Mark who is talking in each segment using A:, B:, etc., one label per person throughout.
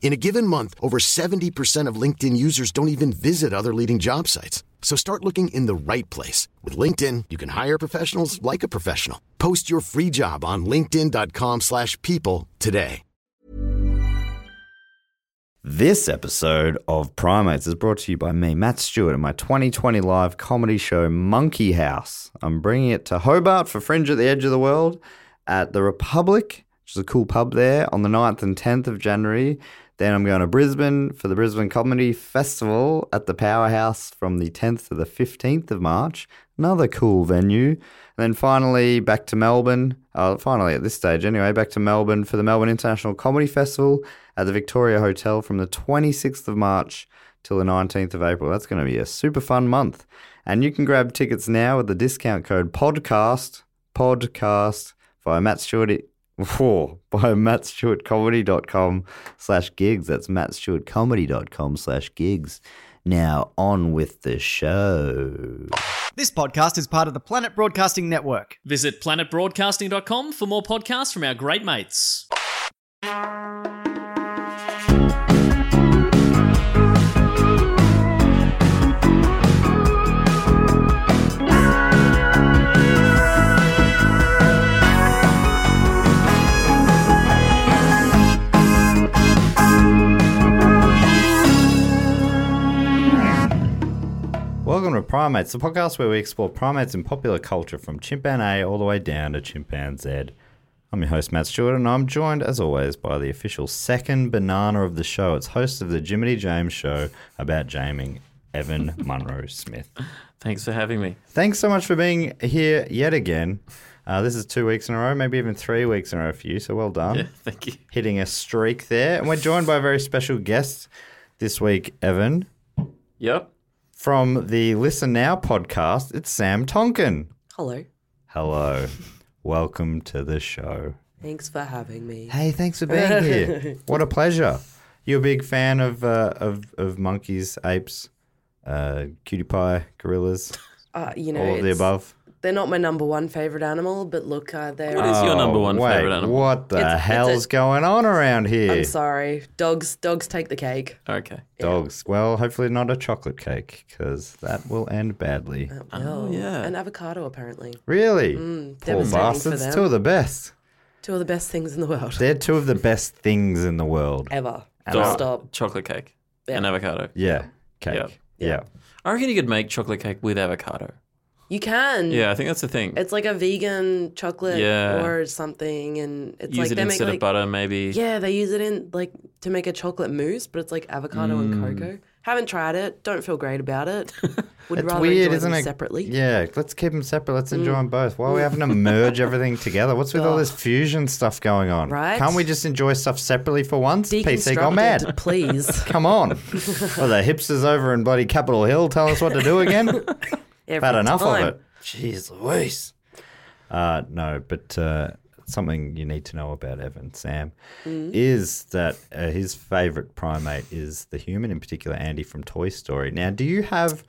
A: In a given month, over 70% of LinkedIn users don't even visit other leading job sites. So start looking in the right place. With LinkedIn, you can hire professionals like a professional. Post your free job on linkedin.com/people slash people today.
B: This episode of Primates is brought to you by me, Matt Stewart, and my 2020 live comedy show, Monkey House. I'm bringing it to Hobart for Fringe at the Edge of the World at the Republic, which is a cool pub there, on the 9th and 10th of January. Then I'm going to Brisbane for the Brisbane Comedy Festival at the Powerhouse from the 10th to the 15th of March. Another cool venue. And then finally back to Melbourne. Uh, finally, at this stage anyway, back to Melbourne for the Melbourne International Comedy Festival at the Victoria Hotel from the 26th of March till the 19th of April. That's going to be a super fun month. And you can grab tickets now with the discount code podcast, podcast via Matt Stewart. Whoa, by mattstewartcomedy.com slash gigs. That's mattstewartcomedy.com slash gigs. Now on with the show.
C: This podcast is part of the Planet Broadcasting Network.
D: Visit planetbroadcasting.com for more podcasts from our great mates.
B: Welcome to Primates, the podcast where we explore primates in popular culture from chimpan A all the way down to chimpan Z. I'm your host, Matt Stewart, and I'm joined, as always, by the official second banana of the show. It's host of the Jiminy James Show about jaming, Evan Munro Smith.
D: Thanks for having me.
B: Thanks so much for being here yet again. Uh, this is two weeks in a row, maybe even three weeks in a row for you, so well done.
D: Thank you.
B: Hitting a streak there. And we're joined by a very special guest this week, Evan.
D: Yep.
B: From the Listen Now podcast, it's Sam Tonkin.
E: Hello.
B: Hello. Welcome to the show.
E: Thanks for having me.
B: Hey, thanks for being here. What a pleasure. You're a big fan of uh, of, of monkeys, apes, uh, cutie pie, gorillas,
E: Uh, you know,
B: all of the
E: it's-
B: above.
E: they're not my number one favorite animal, but look, uh, they're.
D: What is your number one
B: one
D: favorite animal?
B: Oh, What the
E: It's- it's
B: hell's
E: a-
B: going on around here?
E: I'm sorry, dogs. Dogs take the cake.
D: Okay.
B: Dogs. Well, hopefully not a chocolate cake because that will end badly.
E: Oh,
D: Uh, yeah.
E: An avocado, apparently.
B: Really? Poor
E: devastating for
B: bastards.
E: them.
B: Two of the best.
E: Two of the best things in the world
B: They're two of the best things in the world.
E: ever.
D: Dog-
E: Stop.
D: Chocolate cake
E: Yeah.
D: and avocado.
B: Yeah. Cake.
D: Yep.
B: Yeah.
D: I reckon you could make chocolate cake with avocado.
E: You can.
D: Yeah, I think that's the thing.
E: Mm. It's like a vegan chocolate
D: Yeah.
E: or something, and it's
D: Use
E: like
D: it
E: they make
D: instead
E: like
D: of butter, maybe.
E: yeah, they use it in like to make a chocolate mousse, but it's like avocado and cocoa. Haven't tried it. Don't feel great about it. Would
B: Mm. It's
E: rather
B: weird,
E: enjoy
B: isn't
E: them
B: it?
E: separately. Mm.
B: Yeah, let's keep them separate. Let's enjoy them both. Why are we having to merge everything together? What's with all this fusion stuff going on?
E: Right?
B: Can't we just enjoy stuff separately for once? PC got
E: Deconstruct
B: mad.
E: it, please.
B: Come on. Well, the hipsters over in bloody Capitol Hill telling us what to do again?
E: Every
B: had enough
E: time.
B: of it. Jeez Louise. Uh, no, but uh, something you need to know about Evan Sam is that uh, his favorite primate is the human, in particular Andy from Toy Story. Now, do you have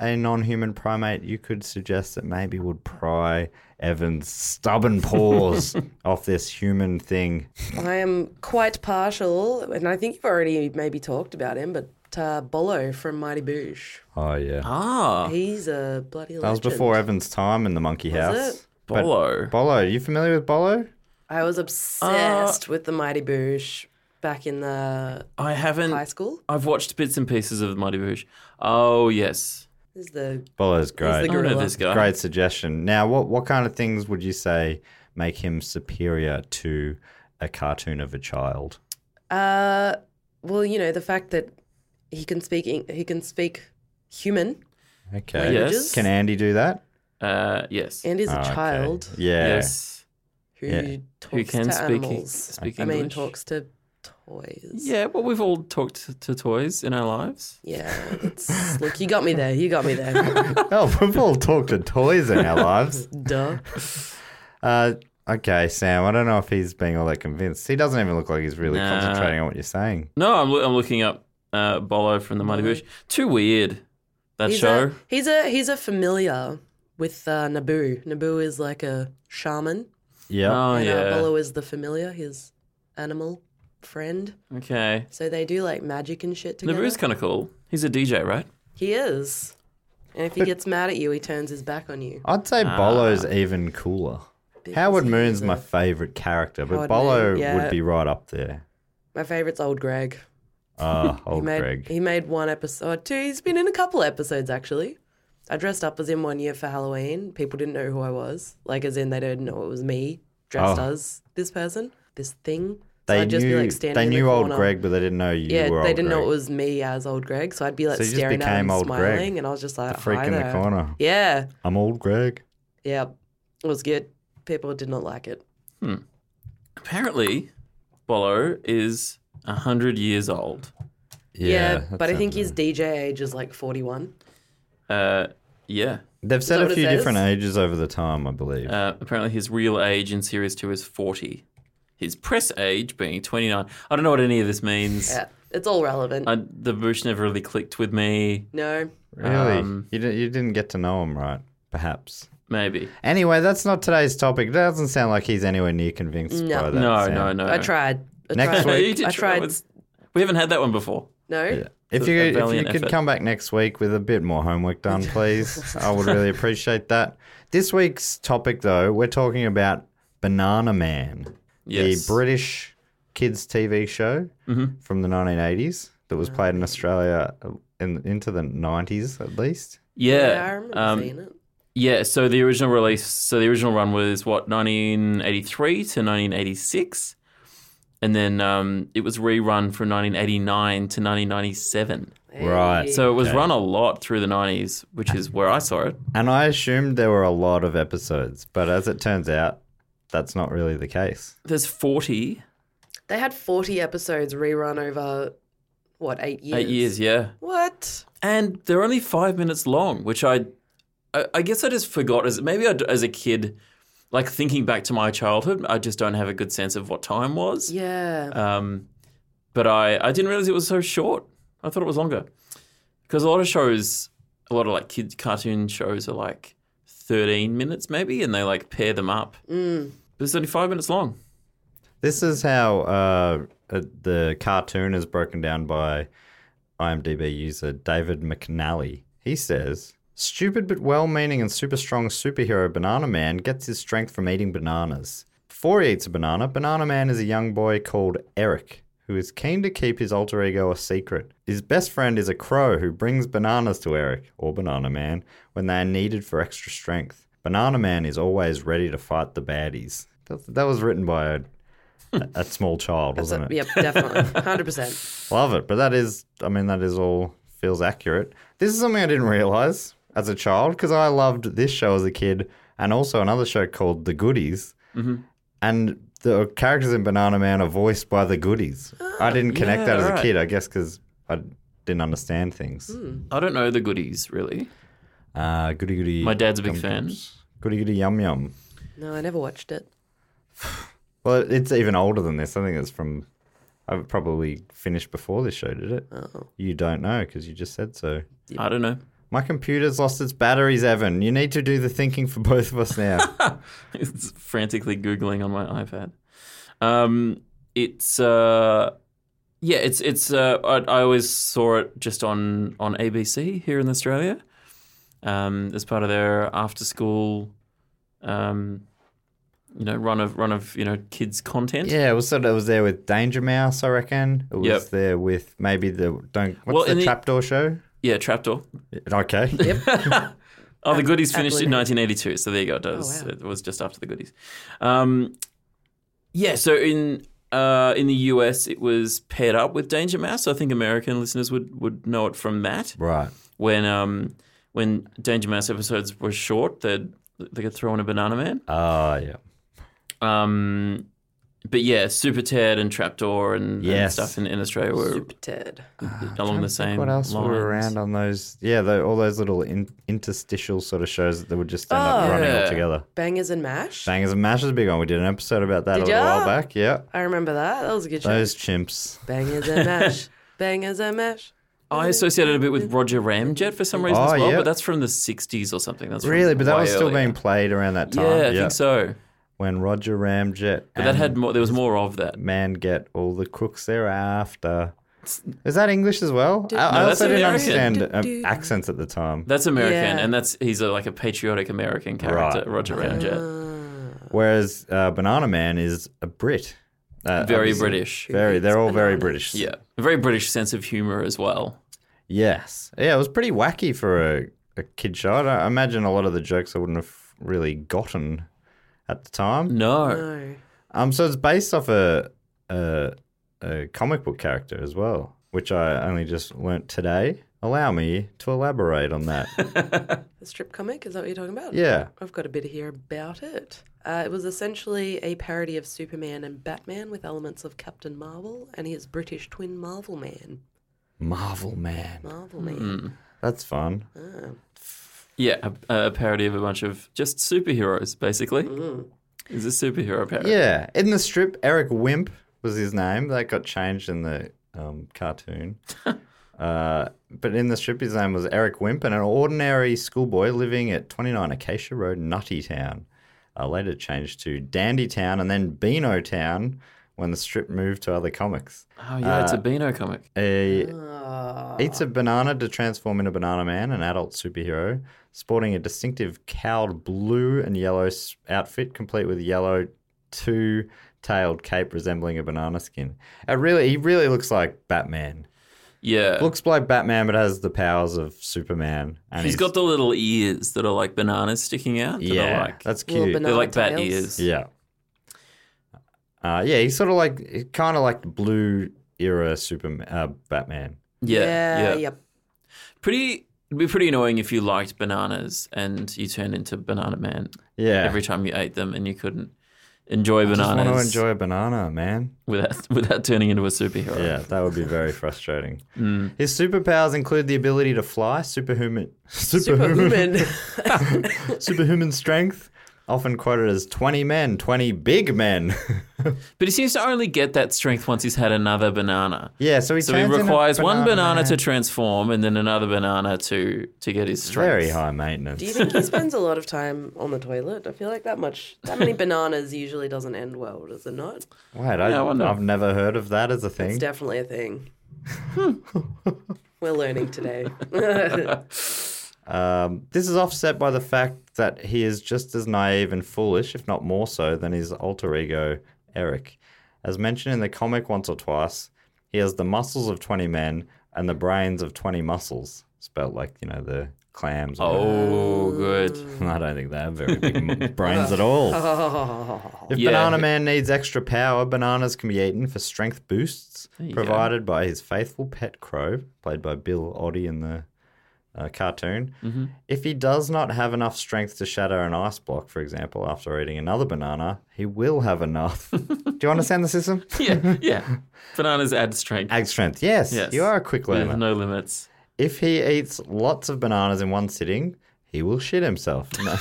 B: a non-human primate you could suggest that maybe would pry Evan's stubborn paws off this human thing?
E: I am quite partial, and I think you've already maybe talked about him, but uh, Bolo from Mighty Boosh.
B: Oh yeah,
D: Ah,
E: He's a bloody
B: that was
E: legend.
B: before Evan's time in the monkey house.
E: it?
B: But-
D: Bolo.
B: Bolo, you familiar with Bolo?
E: I was
B: Ah.
E: obsessed with the Mighty Boosh back in the
D: I haven't.
E: high school.
D: I've watched bits and pieces of Mighty Boosh. Oh, yes.
E: This is the
B: Bolo's
E: He's
B: great.
E: the
D: I don't know
E: gorilla.
D: this guy.
B: Great suggestion. Now, what what kind of things would you say make him superior to a cartoon of a child?
E: uh, well, you know, the fact that he can speak Eng- he can speak human.
B: Okay.
E: Languages?
B: Can Andy do that?
D: Uh, yes.
E: Andy's
B: Oh,
E: a
B: okay.
E: child
B: Yeah.
D: Yes.
B: Yeah.
E: who
B: Who
E: talks
D: Who can
E: to
D: speak,
E: animals.
D: speak
E: I mean,
D: English.
E: talks to toys.
D: Yeah, well, we've all talked to, to toys in our lives.
E: Yeah, that's, look, you got me there. You got me there.
B: oh, we've all talked to toys in our lives.
E: Duh.
B: Uh, okay, Sam. I don't know if he's being all that convinced. He doesn't even look like he's really
D: Nah.
B: concentrating on what you're saying.
D: No, I'm, loo- I'm looking up uh, Bolo from the Mighty Boosh. Too weird, that
E: He's
D: show.
E: a, he's a he's a familiar with uh, Naboo. Naboo is like a shaman.
B: Yeah.
D: Oh,
E: and uh,
D: yeah.
E: Bolo is the familiar, his animal friend.
D: Okay.
E: So they do like magic and shit together.
D: Naboo's kind of cool. He's a DJ, right?
E: He is. And if he gets mad at you, he turns his back on you.
B: I'd say Bolo's even cooler. Howard Moon's my favorite character, but
E: Howard
B: Bolo
E: Moon, yeah.
B: would be right up there.
E: My favorite's old Greg.
B: Oh,
E: He
B: old
E: made
B: Greg.
E: he made one episode, two. He's been in a couple episodes actually. I dressed up as him one year for Halloween. People didn't know who I was. Like as in they didn't know it was me dressed
B: Oh.
E: as this person, this thing. So
B: They
E: I'd just
B: knew,
E: be like standing
B: they
E: in the
B: knew old
E: corner.
B: Greg, but they didn't know you
E: Yeah,
B: were old
E: they didn't
B: Greg.
E: know it was me as old Greg, so I'd be like
B: So you just
E: staring at
B: became
E: him,
B: old Greg.
E: smiling, and I was just like,
B: The freak
E: "Hi
B: in the
E: there."
B: corner.
E: Yeah,
B: I'm old Greg.
E: yeah, it was good. People did not like it.
D: Apparently, Bolo is 100 years old.
E: Yeah, but I think his DJ age is like forty-one.
D: Uh, yeah.
B: They've said
E: that
B: a
E: what it
B: few
E: says?
B: different ages over the time, I believe.
D: Uh, apparently, his real age in Series 2 is 40. His press age being 29. I don't know what any of this means.
E: Yeah, it's all relevant.
D: I, the Boosh never really clicked with me.
E: no,
B: really?
D: um,
B: you, di- you didn't get to know him right, perhaps.
D: Maybe.
B: Anyway, that's not today's topic. It doesn't sound like he's anywhere near convinced
E: No.
B: by that.
D: No,
B: Sam.
D: no, no.
E: I tried. I
B: Next
E: tried.
D: You did
E: I
D: try-
E: tried.
D: it's- We haven't had that one before.
E: No,
B: If
D: a
B: you, if you
D: valiant
B: could
D: effort.
B: come back next week with a bit more homework done, please, I would really appreciate that. This week's topic, though, we're talking about Banana Man,
D: Yes.
B: the British kids' TV show from the 1980s that was played in Australia uh, in, into the 90s at least.
D: yeah.
E: yeah, I remember
D: um,
E: seeing it.
D: Yeah, so the original release, so the original run was what 1983 to 1986, and then um, it was rerun from 1989 to 1997.
B: Right.
D: So it was run a lot through the 90s, which is where I saw it.
B: And I assumed there were a lot of episodes, but as it turns out, that's not really the case.
D: There's 40
E: They had forty episodes rerun over what eight years?
D: eight years, yeah,
E: What?
D: and they're only five minutes long, which I, I, I guess I just forgot as maybe I d as a kid, like thinking back to my childhood, I just don't have a good sense of what time was.
E: Yeah.
D: Um, but I, I didn't realize it was so short. I thought it was longer. Because a lot of shows, a lot of like kids cartoon shows are like 13 minutes maybe, and they like pair them up. But it's only five minutes long.
B: This is how uh, uh, the cartoon is broken down by IMDb user David McNally. He says, Stupid but well meaning and super strong superhero Banana Man gets his strength from eating bananas. Before he eats a banana, Banana Man is a young boy called Eric, who is keen to keep his alter ego a secret. His best friend is a crow who brings bananas to Eric, or Banana Man, when they are needed for extra strength. Banana Man is always ready to fight the baddies. That, that was written by a a small child, wasn't it?
E: Yep, definitely, hundred percent.
B: Love it. But that is, I mean, that is all feels accurate. This is something I didn't realize as a child because I loved this show as a kid and also another show called The Goodies.
D: Mm-hmm.
B: And the characters in Banana Man are voiced by The Goodies. I didn't connect
D: Ah, yeah,
B: that as a
D: right. Hmm.
B: kid, I guess, because I didn't understand things.
D: I don't know the goodies really.
B: Uh, goody goody.
D: My dad's a big
B: Yum
D: fan.
B: Yums. Goody goody yum yum.
E: No, I never watched it.
B: Well, it's even older than this. I think it's from. I probably finished before this show, did it?
D: Oh.
B: You don't know because you just said so.
D: I don't know.
B: My computer's lost its batteries, Evan. You need to do the thinking for both of us now.
D: It's frantically Googling on my iPad. Um, it's, uh, yeah, it's, it's, uh, I, I always saw it just on, on ABC here in Australia um, as part of their after school, um, you know, run of, run of, you know, kids content.
B: yeah, it was sort of, it was there with Danger Mouse, I reckon. It was
D: Yep.
B: there with maybe the don't what's
D: Well,
B: the
D: in the-
B: trapdoor show?
D: Yeah, Trapdoor.
B: Okay.
D: Oh, the Goodies finished in
E: Absolutely.
D: 1982, so there you go. It was,
E: Oh, wow.
D: it was just after the Goodies. Um, yeah, so in uh, in the US, it was paired up with Danger Mouse. I think American listeners would would know it from that.
B: Right.
D: When um, when Danger Mouse episodes were short, they'd they could throw in a Banana Man.
B: Ah, yeah.
D: Um, but yeah, Super Ted and Trapdoor and,
B: Yes.
D: and stuff in, in Australia were
E: Super Ted.
D: along the
B: Think
D: same.
B: What else
D: lines.
B: were around on those? Yeah, the, all those little in, interstitial sort of shows that would just end up
E: Oh.
B: running all
D: Yeah.
B: together.
E: Bangers and Mash.
B: Bangers and Mash is a big one. We did an episode about that a
E: Did
B: little while
E: ya?
B: back. Yeah.
E: I remember that. That was a good show.
B: Those chimps.
E: Bangers and Mash. Bangers and Mash.
D: I associated it a bit with Roger Ramjet for some reason
B: Oh,
D: as well,
B: yeah.
D: but that's from the 60s or something. That's from
B: Really? But that
D: way
B: was still
D: earlier.
B: being played around that time.
D: Yeah, I think so.
B: When Roger Ramjet
D: But that had
B: and
D: more. There was more of that.
B: Man Get All the Crooks Thereafter. Is that English as well? I, I
D: No, that's
B: also didn't
D: American.
B: understand um, accents at the time.
D: That's American,
E: Yeah.
D: and that's he's a, like a patriotic American character,
B: Right.
D: Roger Ramjet.
B: Whereas uh, Banana Man is a Brit. Uh,
D: Very
B: obviously.
D: British.
B: Very. They're all very British.
D: Yeah, a very British sense of humor as well.
B: Yes. Yeah, it was pretty wacky for a, a kid show. I, don't- I imagine a lot of the jokes I wouldn't have really gotten at the time.
D: No,
E: No.
B: Um, so it's based off a, a, a comic book character as well, which I only just learnt today. Allow me to elaborate on that.
E: The strip comic, is that what you're talking about?
B: yeah.
E: I've got a bit here about it. Uh, it was essentially a parody of Superman and Batman with elements of Captain Marvel and his British twin Marvel Man.
B: Marvel Man.
E: Marvel Man.
B: That's fun.
D: yeah, a, a parody of a bunch of just superheroes, basically. It's a superhero parody.
B: Yeah. In the strip, Eric Wimp was his name. That got changed in the um, cartoon. uh, but in the strip, his name was Eric Wimp, and an ordinary schoolboy living at 29 Acacia Road, Nutty Town. Uh, later changed to Dandy Town and then Beano Town when the strip moved to other comics.
D: Oh yeah,
B: Uh,
D: it's a Beano comic.
B: A eats a banana to transform into Banana Man, an adult superhero, sporting a distinctive cowled blue and yellow s- outfit, complete with yellow two-tailed cape resembling a banana skin. It really, he really looks like Batman.
D: Yeah,
B: Looks like Batman, but has the powers of Superman. And
D: he's got the little ears that are like bananas sticking out. That
B: yeah,
D: are like,
B: that's
E: Little
B: cute.
E: banana
D: they're like bat
E: tails.
D: ears.
B: Yeah. Uh, yeah, he's sort of like, kind of like blue era Superman, uh, Batman.
D: Yeah, yeah.
E: Yep.
D: Pretty. It'd be pretty annoying if you liked bananas and you turned into Banana Man
B: Yeah.
D: every time you ate them and you couldn't enjoy
B: just want to
D: bananas
B: enjoy a banana, man.
D: without without turning into a superhero.
B: Yeah, that would be very frustrating.
D: Mm.
B: His superpowers include the ability to fly, superhuman, superhuman,
E: Superhuman.
B: superhuman strength. Often quoted as 20 men, 20 big men.
D: But he seems to only get that strength once he's had another banana.
B: yeah, so he,
D: So he
B: turns into
D: requires one banana to
B: man.
D: transform and then another banana to to get his strength.
B: Very high maintenance.
E: Do you think he spends a lot of time on the toilet? I feel like that much, that many bananas usually doesn't end well, does it not?
B: Wait, I,
D: Yeah, I wonder.
B: I've never heard of that as a
E: It's
B: thing.
E: definitely a thing. We're learning today.
B: Um, this is offset by the fact that he is just as naive and foolish, if not more so, than his alter ego, Eric. As mentioned in the comic once or twice, he has the muscles of 20 men and the brains of 20 muscles, spelt like, you know, the clams. or-
D: Oh, good.
B: I don't think they have very big m- brains at all. If
D: Yeah.
B: Banana Man needs extra power, bananas can be eaten for strength boosts
D: you go.
B: provided by his faithful pet Crow, played by Bill Oddie in the uh, cartoon.
D: Mm-hmm.
B: If he does not have enough strength to shatter an ice block, for example, after eating another banana, he will have enough. Do you understand the system?
D: Yeah, yeah. Bananas add strength.
B: Ag strength. Yes,
D: Yes.
B: you are a quick learner.
D: With no limits.
B: If he eats lots of bananas in one sitting, he will shit himself. No.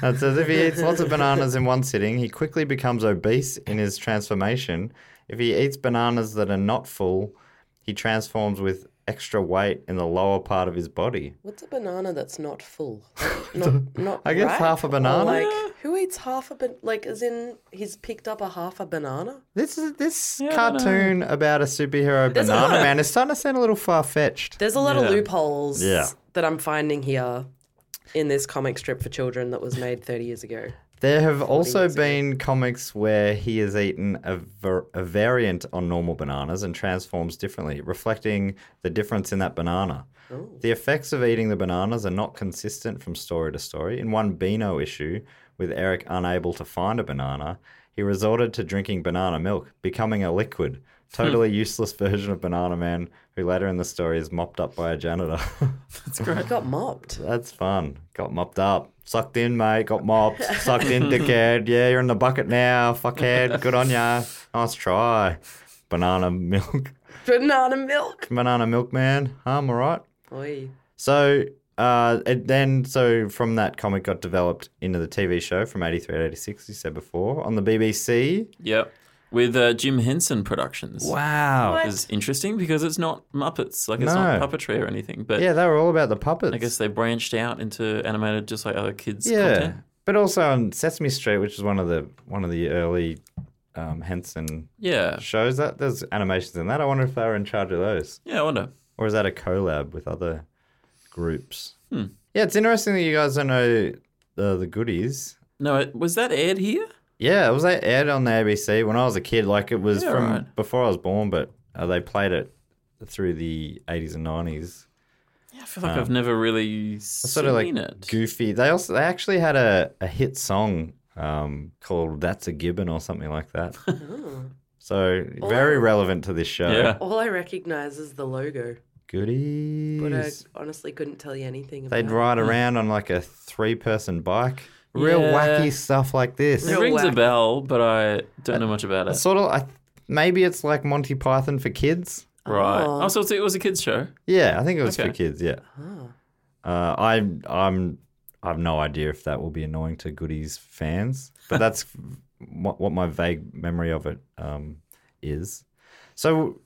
B: that says if he eats lots of bananas in one sitting, he quickly becomes obese in his transformation. If he eats bananas that are not full, he transforms with extra weight in the lower part of his body.
E: What's a banana that's not full? Not, not
B: I guess
E: ripe?
B: half a
E: Or
B: banana.
E: Like who eats half a ban? Like as in he's picked up a half a banana.
B: This is this
D: I
B: cartoon about a superhero
E: There's
B: banana
E: a lot of-
B: man is starting to sound a little far fetched.
E: There's a lot of loopholes
B: Yeah.
E: that I'm finding here in this comic strip for children that was made 30 years ago.
B: There have also been comics where he has eaten a, var- a variant on normal bananas and transforms differently, reflecting the difference in that banana. The effects of eating the bananas are not consistent from story to story. In one Beano issue, with Eric unable to find a banana, he resorted to drinking banana milk, becoming a liquid, totally useless version of Banana Man, who later in the story is mopped up by a janitor.
E: I got mopped.
B: That's fun. Got mopped up. Sucked in, mate. Got mopped. Sucked in, dickhead. Yeah, you're in the bucket now. Fuckhead. Good on ya. Nice try. Banana milk.
E: Banana milk.
B: Banana milk, man. I'm all right.
E: Oi.
B: So uh, it then so from that comic got developed into the TV show from 83 to 86, you said before, on the BBC.
D: Yep. With uh, Jim Henson Productions.
B: Wow.
D: Is interesting because it's not Muppets, like it's
B: No.
D: not puppetry or anything. But
B: Yeah, they were all about the puppets.
D: I guess they branched out into animated just like other kids'
B: Yeah,
D: content.
B: but also on Sesame Street, which is one of the one of the early um, Henson
D: Yeah.
B: shows that there's animations in that. I wonder if they were in charge of those,
D: Yeah, I wonder.
B: or is that a collab with other groups?
D: Hmm.
B: Yeah, it's interesting that you guys don't know the the goodies.
D: No, it, was that aired here?
B: Yeah, it was that aired on the ABC when I was a kid. Like it was
D: Yeah,
B: from
D: right.
B: before I was born, but uh, they played it through the 80s and 90s.
D: Yeah, I feel like I've never really seen
B: Sort of like
D: it.
B: goofy. They also they actually had a, a hit song um, called "That's a Gibbon" or something like that. so very relevant to this show.
D: yeah.
E: All I recognise is the logo,
B: Goodies.
E: but I honestly couldn't tell you anything about
B: They'd
E: it.
B: ride around on like a three person bike. Real
D: Mm. Yeah.
B: wacky stuff like this.
D: It
E: Real
D: rings a
E: wack.
D: bell, but I don't
B: Uh,
D: know much about it.
B: Sort of, I, maybe it's like Monty Python for kids.
D: Right.
E: Oh.
D: Oh, so it's- it was a kids' show.
B: Yeah, I think it was for
D: Okay. Ah.
B: kids. Yeah. Uh, I'm, I'm, I've no idea if that will be annoying to Goodies fans, but that's what, what my vague memory of it um, is. So,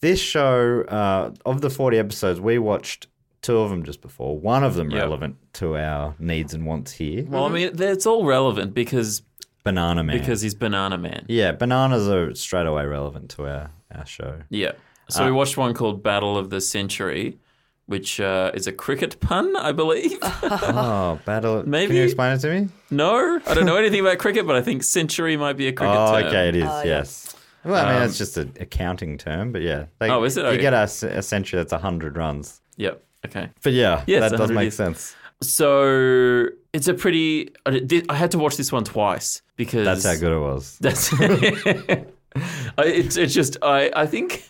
B: this show uh, of the forty episodes, we watched two of them just before. One of them
D: Yep.
B: relevant to our needs and wants here.
D: Well, I mean, it's all relevant because
B: Banana Man.
D: because he's Banana Man.
B: Yeah, bananas are straight away relevant to our, our show.
D: Yeah. So
B: Uh.
D: we watched one called Battle of the Century, which uh, is a cricket pun, I believe.
B: Oh, battle. Maybe. Can
D: Maybe-
B: you explain it to me?
D: no, I don't know anything about cricket, but I think century might be a cricket
B: Oh,
D: term.
B: okay, it is, yes. Um, Well, I mean, that's just an accounting term, but yeah. They-
D: Oh, is it? Okay.
B: You get a, s- a century that's 100 runs.
D: Yep. Okay.
B: But yeah,
D: Yes,
B: that does
D: 100
B: make
D: is.
B: sense.
D: So it's a pretty. I did- I had to watch this one twice because
B: That's how good it was.
D: That's I, it's it's just I I think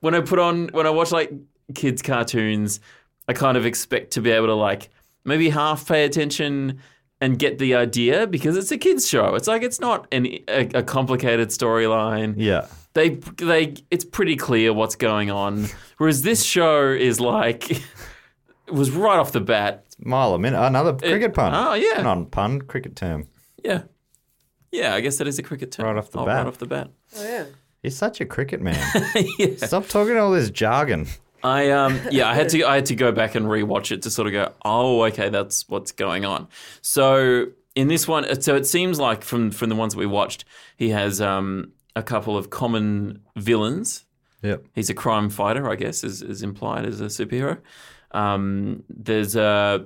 D: when I put on when I watch like kids cartoons, I kind of expect to be able to like maybe half pay attention and get the idea because it's a kids show. It's like it's not an, a, a complicated storyline.
B: Yeah.
D: They they it's pretty clear what's going on. Whereas this show is like it was right off the bat.
B: Mile a minute. Another cricket pun.
D: oh, yeah.
B: Non pun, cricket term.
D: Yeah. Yeah, I guess that is a cricket term.
B: Right off the
D: Oh,
B: bat.
D: Right off the bat.
E: Oh, yeah.
B: You're such a cricket man.
D: yeah.
B: Stop talking all this jargon.
D: I um yeah, I had to I had to go back and rewatch it to sort of go, oh, okay, that's what's going on. So in this one, uh, so it seems like from from the ones that we watched, he has um a couple of common villains.
B: Yep.
D: He's a crime fighter, I guess, is, is implied as a superhero. Um, there's uh,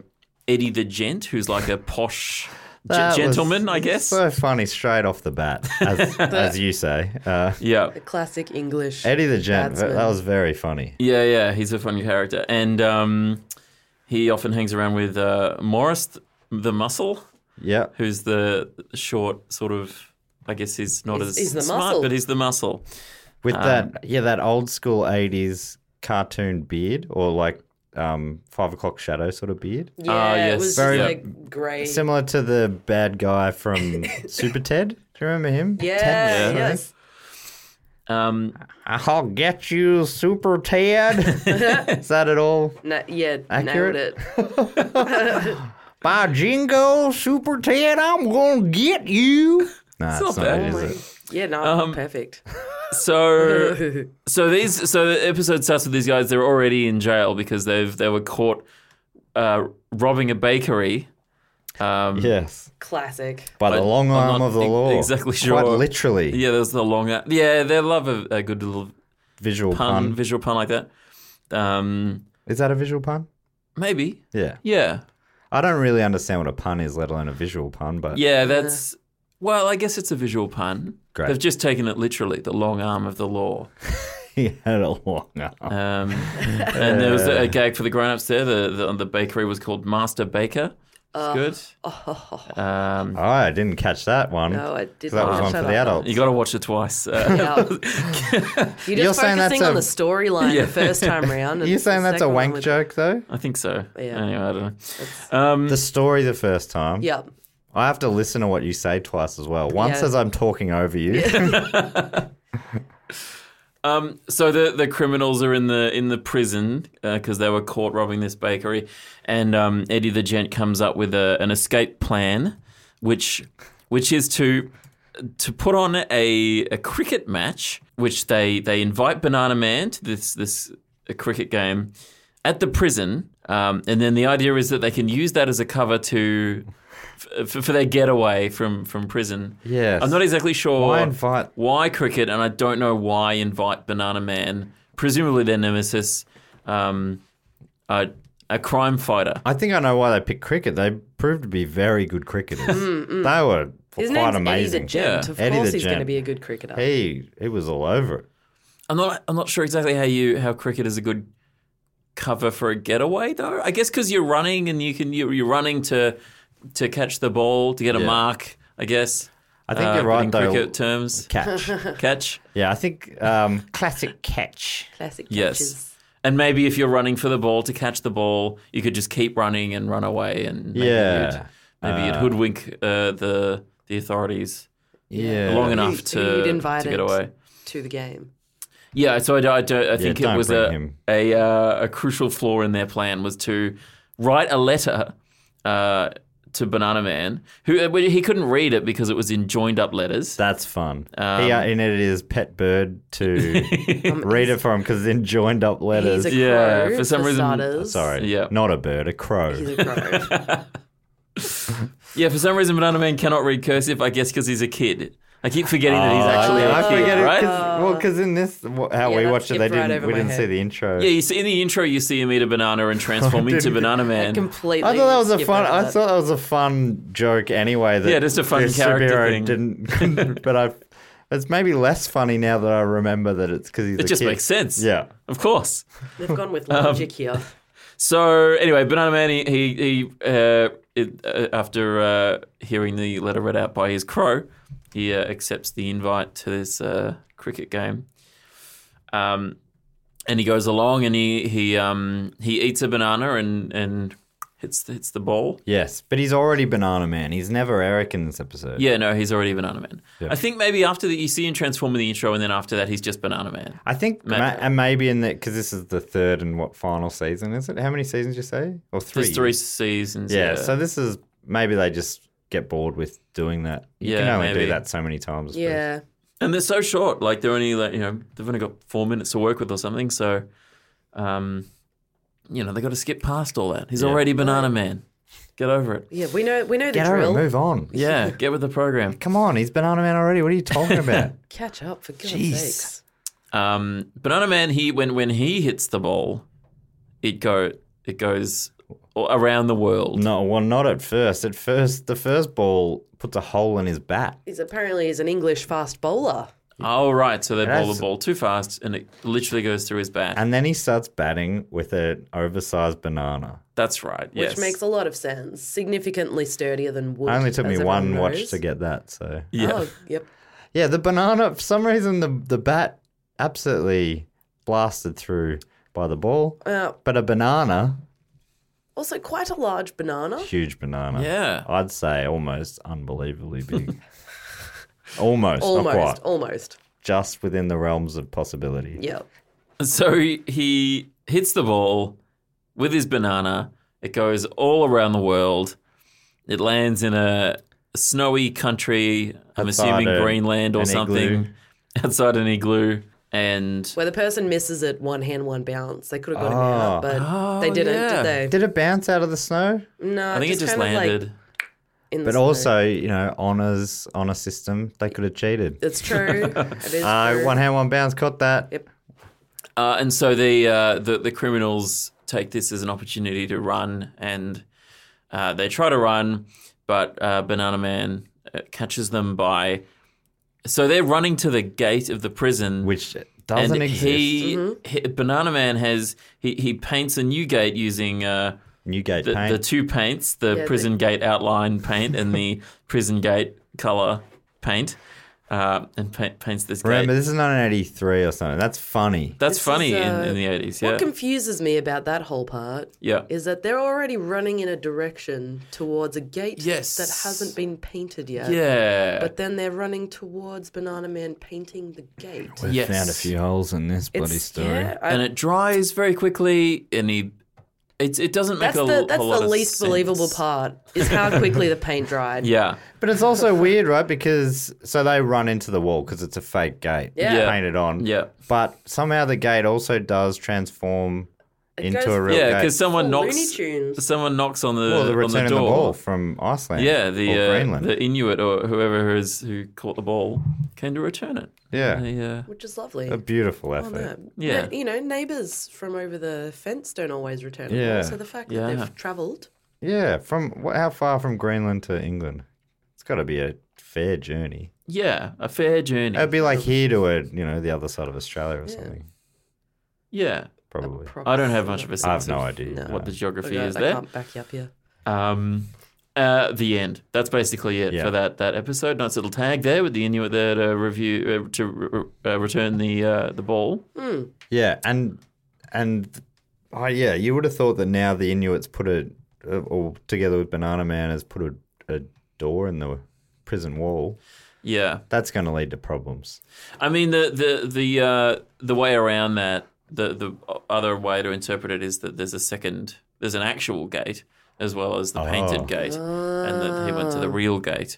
D: Eddie the Gent, who's like a posh ge-
B: That was
D: gentleman, I guess.
B: So funny straight off the bat, as, as you say. Uh,
D: yeah,
E: The classic English.
B: Eddie the Gent,
E: Batsman.
B: that was very funny.
D: Yeah, yeah, he's a funny character, and um, he often hangs around with uh, Morris th- the Muscle,
B: Yeah.
D: who's the short sort of. I guess he's not
E: He's-
D: as
E: he's the
D: smart,
E: muscle.
D: but he's the muscle.
B: with
D: uh,
B: that yeah that old school 80s cartoon beard or like um five o'clock shadow sort of beard
E: Yeah,
D: Ah,
E: it
D: yes.
E: was
D: Very-
E: just like grey.
B: similar to the bad guy from super ted do you remember him
E: yeah,
B: Ted Mosby?
E: yes.
D: Um,
B: i'll get you super ted is that at all
E: Na- yeah,
B: Accurate?
E: nailed it.
B: by jingo super ted i'm gonna get you nah, it's,
D: not
B: not
D: bad.
B: it,
D: Oh
B: is it?
E: Yeah, no,
D: Um,
E: perfect.
D: so, so these, so the episode starts with these guys. They're already in jail because they've they were caught uh, robbing a bakery. Um,
B: yes
E: Classic.
B: by the
D: I-
B: long
D: I'm
B: arm
D: not
B: of the
D: e-
B: law
D: exactly
B: quite
D: sure.
B: literally
D: yeah, there's the long. Yeah, they love a, a good little
B: visual
D: pun,
B: pun
D: visual pun like that. Um,
B: is that a visual pun
D: maybe,
B: yeah
D: yeah.
B: I don't really understand what a pun is, let alone a visual pun, but
D: Yeah, that's. Well, I guess it's a visual pun.
B: Great.
D: They've just taken it literally, the long arm of the law.
B: he had a long arm.
D: Um, and there was a, a gag for the grown-ups there. The, the the bakery was called Master Baker. It's good. Um,
B: Oh, I didn't catch that one.
E: No, Oh, I
B: 'Cause
E: did
B: that
E: not
B: was
E: catch
B: one for
E: that
B: the
E: one.
B: adults.
D: you got to watch it twice. Uh,
E: Yeah. You're
B: You're
E: just
B: saying that's
E: focusing on
B: a-
E: the storyline
D: Yeah.
E: the first time round.
B: You're saying that's a wank
E: joke.
B: joke, though?
D: I think so.
E: Yeah.
D: Anyway, I don't know. Um,
B: The story the first time.
E: Yeah.
B: I have to listen to what you say twice as well. Once
E: Yeah.
B: as I'm talking over you.
D: um, so the the criminals are in the in the prison because they were caught robbing this bakery, and um, Eddie the gent comes up with a, an escape plan, which which is to to put on a, a cricket match, which they they invite Banana Man to this this a cricket game at the prison, um, and then the idea is that they can use that as a cover to. f- For, for their getaway from, from prison.
B: Yes.
D: I'm not exactly sure
B: Why invite-
D: why cricket, and I don't know why invite Banana Man, presumably their nemesis, um, a, a crime fighter.
B: I think I know why they picked cricket. They proved to be very good cricketers.
E: Mm,
B: They were
E: His
B: quite
E: name's Eddie
B: amazing.
E: the Gent. Of
B: Eddie the
E: course, he's going to
B: Gent.
E: be a good cricketer.
B: he he was all over it.
D: I'm not. I'm not sure exactly how you how cricket is a good cover for a getaway though. I guess because you're running and you can you're, you're running to to catch the ball to get a mark. I guess.
B: I think you're right
D: in
B: though.
D: Uh, Cricket terms,
B: Catch.
D: catch.
B: yeah, I think um, classic catch.
E: Classic
D: Yes.
E: catches.
D: And maybe if you're running for the ball to catch the ball, you could just keep running and run away, and maybe
B: Yeah.
D: you'd, maybe you'd hoodwink uh, the the authorities
B: Yeah.
D: long
E: Who-
D: enough
E: who
D: to,
E: you'd
D: to
E: invited.
D: get away.
E: To the game.
D: Yeah, so I, do- I, do- I think it
B: don't
D: was
B: bring
D: a
B: him.
D: a, uh, a crucial flaw in their plan was to write a letter uh, to Banana Man, who uh, well, he couldn't read it because it was in joined up letters.
B: That's fun.
D: Um,
B: he uh, in it is pet bird to read it for him because in joined up letters.
E: He's a
D: Yeah,
E: crow.
D: for some reason-
E: starters.
B: Sorry,
D: Yeah.
B: not a bird, a crow. Uh,
E: He's a crow.
D: Yeah, for some reason Banana Man cannot read cursive. I guess because he's a kid. I keep forgetting that he's
B: Oh,
D: actually
B: I
D: a kid,
B: forget it,
D: right?
B: 'cause- well, because in this, wh- how
E: Yeah,
B: we
E: that
B: watched it, they
E: skipped right
B: didn't,
E: over
B: we
E: my
B: didn't see
E: head.
B: the intro.
D: Yeah, you see, in the intro you see him eat a banana and transform into Banana Man.
E: Completely.
B: I thought that was a
E: skip
B: fun.
E: over
B: I
E: that.
B: thought that was a fun joke. Anyway, that
D: Yeah, just a fun
B: this
D: character
B: Sabiro
D: thing.
B: Didn't, but I. It's maybe less funny now that I remember that it's because he's.
D: it
B: a
D: just
B: kid.
D: makes sense.
B: Yeah.
D: of course.
E: They've gone with logic here.
D: So anyway, Banana Man, he, he, he uh, it, uh, after uh, hearing the letter read out by his crow, he uh, accepts the invite to this uh, cricket game. Um, and he goes along and he he um, he eats a banana and and hits the, hits the ball.
B: Yes, but he's already Banana Man. He's never Eric in this episode.
D: Yeah, no, he's already Banana Man. I think maybe after that you see him transform in the intro, and then after that he's just Banana Man.
B: I think, ma- and maybe in that because this is the third and what final season is it? How many seasons you say? Or three?
D: There's three seasons.
B: Yeah, So this is maybe they just get bored with doing that. You can
D: Yeah,
B: only do
D: maybe.
B: that so many times. I suppose.
E: Yeah.
D: and they're so short. Like they're only like you know they've only got four minutes to work with or something. So, um, you know they got to skip past all that. He's already Banana Man. Get over it.
E: Yeah. We know. We know the
B: Get over it.
E: drill.
B: Move on.
D: Yeah, get with the program.
B: Come on, he's Banana Man already. What are you talking about?
E: Catch up for God's
B: Jeez.
E: sakes.
D: Um, Banana Man. He when when he hits the ball, it go it goes around the world.
B: No, well, not at first. At first, the first ball puts a hole in his bat.
E: He's apparently is an English fast bowler.
D: Oh right, so they bowl
B: Yes.
D: the ball too fast and it literally goes through his bat.
B: And then he starts batting with an oversized banana.
D: That's right. Yes.
E: Which makes a lot of sense. Significantly sturdier than wood.
B: It only took
E: as
B: me
E: everyone
B: one watch
E: knows.
B: to get that. So
D: yeah.
E: Oh, yep.
B: yeah, the banana. For some reason, the the bat absolutely blasted through by the ball.
E: Uh,
B: But a banana,
E: also, quite a large banana.
B: huge banana.
D: Yeah.
B: I'd say almost unbelievably big. almost, not
E: Almost.
B: quite.
E: Almost.
B: Just within the realms of possibility.
E: Yep.
D: So he- he hits the ball with his banana. It goes all around the world. It lands in a snowy country. I'm
B: Outside
D: assuming
B: a-
D: Greenland or
B: an
D: something.
B: igloo.
D: Outside an igloo, and
E: Where the person misses it one hand, one bounce. They could have got him
B: Oh.
E: out, but they didn't,
D: yeah.
E: did they?
B: Did it bounce out of the snow?
E: No,
D: I think it just
E: kind of, like,
D: landed.
E: in the
B: But
E: snow.
B: also, you know, honors honor system, they could have cheated.
E: it's true. It is
B: Uh,
E: true.
B: one hand, one bounce, caught that.
E: Yep.
D: uh, and so the, uh, the the criminals take this as an opportunity to run and Uh, they try to run, but uh, Banana Man uh, catches them by. So they're running to the gate of the prison,
B: which doesn't
D: and
B: exist.
D: He, he-
E: Mm-hmm.
D: Banana Man has he, he paints a new gate using uh,
B: Newgate
D: the,
B: paint.
D: the two paints, the
E: the-
D: prison gate outline paint and the prison gate color paint, uh, and paint, paints this gate.
B: Remember, this is 1983 or something. That's funny.
D: That's
E: This
D: funny
E: is,
D: in,
E: uh,
D: in the eighties.
E: What
D: Yeah,
E: confuses me about that whole part
D: yeah.
E: is that they're already running in a direction towards a gate
D: Yes.
E: that hasn't been painted yet.
D: Yeah.
E: But then they're running towards Banana Man painting the gate.
B: We've
D: Yes.
B: found a few holes in this bloody
E: It's-
B: story.
E: yeah, I-
D: and it dries very quickly, and he, it, it doesn't make
E: that's
D: a,
E: the
D: l-
E: that's
D: whole lot
E: the
D: of
E: least believable
D: sense.
E: part is how quickly the paint dried.
D: Yeah,
B: But it's also weird, right? Because so they run into the wall because it's a fake gate
E: Yeah. Yeah.
B: painted on.
D: Yeah.
B: But somehow the gate also does transform into
E: goes-
B: a real
D: yeah,
B: gate.
D: because someone
E: Full Looney
D: knocks,
E: Tunes.
D: someone knocks on the
B: well, the
D: on the
B: return of the
D: door.
B: ball from Iceland.
D: Yeah, the
B: or
D: uh,
B: Greenland.
D: the Inuit or whoever who is who caught the ball came to return it.
B: yeah,
D: They, uh,
E: Which is lovely.
B: a beautiful
E: Oh,
B: effort.
E: no.
D: Yeah.
E: Na- you know, neighbours from over the fence don't always return.
B: Yeah.
E: Yeah. So the fact that
D: Yeah.
E: they've travelled,
B: Yeah, from wh- how far from Greenland to England? It's got to be a fair journey.
D: yeah, a fair journey.
B: It'd be like here to a you know the other side of Australia or something.
D: yeah,
B: Probably.
D: I don't have much of a sense.
B: I have no
D: of
B: idea.
E: No.
D: what the geography
E: I,
D: is
E: I
D: there.
E: can't back you up here.
D: Um, uh, the end. That's basically it
B: Yeah.
D: for that that episode. Nice little tag there with the Inuit there to review uh, to re- uh, return the uh, the ball.
B: Yeah, and and oh yeah, you would have thought that now the Inuits put a or together with Banana Man has put a, a door in the prison wall.
D: Yeah,
B: That's going to lead to problems.
D: I mean the the the uh, the way around that the the other way to interpret it is that there's a second there's an actual gate as well as the
B: Oh.
D: painted gate, and that he went to the real gate,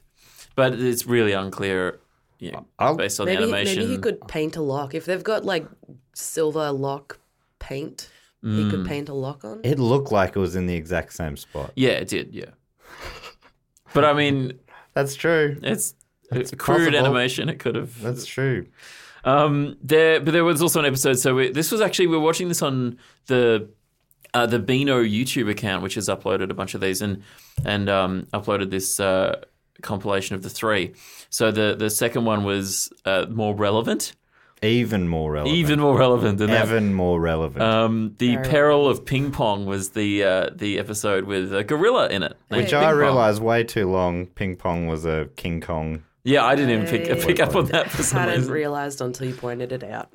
D: but it's really unclear. You know,
B: I'll-
D: based on
E: Maybe
D: the animation,
E: maybe he could paint a lock if they've got like silver lock paint. He
D: Mm.
E: could paint a lock on.
B: It looked like it was in the exact same spot.
D: Yeah, it did. Yeah, but I mean,
B: That's true.
D: it's. It's
B: possible.
D: crude animation. It could have.
B: That's true.
D: Um, there, but there was also an episode. So we, this was actually we are watching this on the uh, the Beano YouTube account, which has uploaded a bunch of these and and um, uploaded this uh, compilation of the three. So the the second one was uh, more relevant,
B: Even more relevant.
D: even more relevant than that.
B: even more relevant.
D: Um, the peril of ping pong was the uh, the episode with a gorilla in it. named
B: Which
D: Ping
B: I
D: Pong.
B: realized way too long. Ping pong was a King Kong.
D: Yeah, I didn't even pick, pick up on that for some
E: hadn't
D: reason.
E: realised until you pointed it out.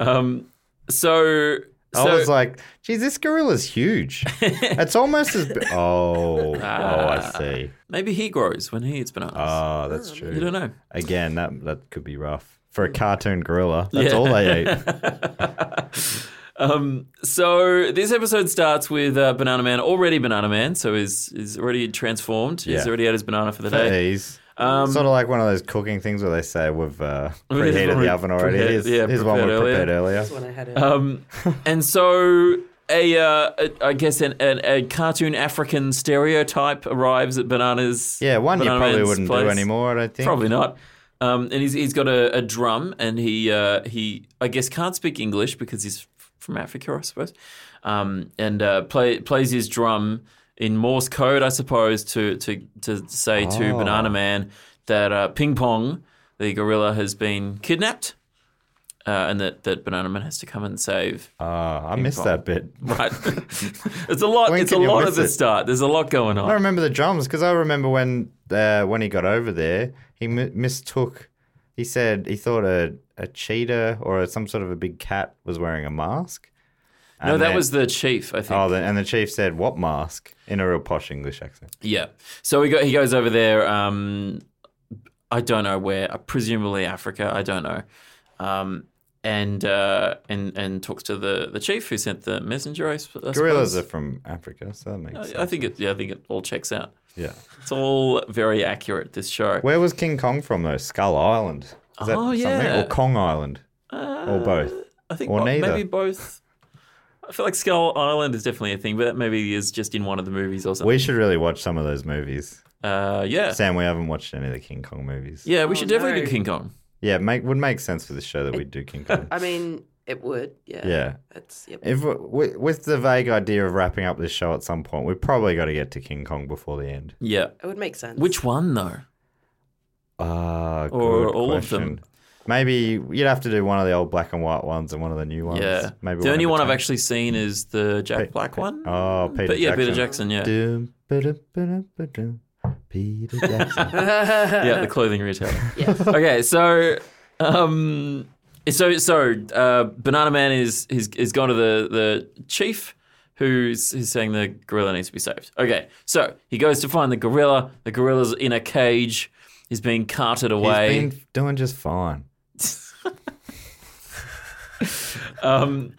D: Um, so,
B: I
D: so-
B: was like, geez, this gorilla's huge. it's almost as. Bi- oh, oh, I see.
D: maybe he grows when he eats bananas.
B: Oh, that's true.
D: you don't know.
B: Again, that that could be rough for
D: Hmm.
B: a cartoon gorilla. That's all they ate.
D: Um, so this episode starts with uh, Banana Man already Banana Man, so is is already transformed.
B: Yeah.
D: He's already had his banana for the day.
B: These.
D: Um,
B: sort of like one of those cooking things where they say we've uh,
D: here's
B: preheated
D: one
B: the
D: we
B: oven already.
D: prepared-
B: here's,
D: yeah,
B: here's one we
D: prepared earlier.
B: prepared earlier.
E: That's when I had it.
D: Um, and so a, uh, a I guess an, an, a cartoon African stereotype arrives at Banana's.
B: Yeah, one you
D: Banana
B: probably
D: Man's
B: wouldn't do
D: place.
B: anymore. I don't think.
D: Probably not. Um, and he's he's got a, a drum, and he uh, he I guess can't speak English because he's f- from Africa, I suppose. Um, and uh, play, plays his drum in Morse code, I suppose, to to to say to
B: Oh.
D: Banana Man that uh, Ping Pong, the gorilla, has been kidnapped, uh, and that that Banana Man has to come and save.
B: Uh, I missed that bit.
D: Right, it's a lot.
B: When
D: it's a
B: can you
D: lot
B: miss
D: at the
B: it?
D: start. There's a lot going
B: I
D: on.
B: remember the drums because I remember when uh, when he got over there, he mi- mistook. He said he thought a, a cheetah or some sort of a big cat was wearing a mask.
D: No,
B: And
D: that
B: then-
D: was the chief. I think.
B: Oh, the, and the chief said, "What mask?" in a real posh English accent.
D: Yeah. So he go, he goes over there. Um, I don't know where. uh, Presumably Africa. I don't know. Um, and uh, and and talks to the, the chief who sent the messenger. I, s- I
B: Gorillas
D: suppose.
B: are from Africa, so that makes sense.
D: I, I think it. Yeah, I think it all checks out.
B: yeah.
D: It's all very accurate. This show.
B: Where was King Kong from though? Skull Island. Is that
D: Oh,
B: something?
D: yeah. Uh,
B: Or Kong Island? or both?
D: I think
B: or
D: bo-
B: neither.
D: maybe both. I feel like Skull Island is definitely a thing, but that maybe is just in one of the movies or something.
B: We should really watch some of those movies.
D: uh, yeah.
B: Sam, we haven't watched any of the King Kong movies.
D: Yeah, we
E: Oh,
D: should definitely
E: no.
D: do King Kong.
B: Yeah, make would make sense for the show that we do King Kong.
E: I mean, It would, yeah.
B: Yeah.
E: It's yep.
B: If we, with the vague idea of wrapping up this show at some point, we probably got to get to King Kong before the end.
D: Yeah.
E: it would make sense.
D: Which one though?
B: Ah,
D: Or
B: good
D: all of
B: question.
D: them.
B: Maybe you'd have to do one of the old black and white ones and one of the new ones.
D: Yeah.
B: Maybe
D: the only
B: of
D: one I've
B: ten.
D: actually seen is the Jack
B: Pe-
D: Black one.
B: Oh, Peter
D: but yeah,
B: Jackson.
D: Peter Jackson. Yeah.
B: Dum, ba-dum, ba-dum, ba-dum. Peter Jackson.
D: yeah, the clothing retailer. Okay, so um so so uh Banana Man is he's is gone to the the chief who's who's saying the gorilla needs to be saved. Okay. So he goes to find the gorilla. The gorilla's in a cage. He's being carted away.
B: He's been doing just fine.
D: Um,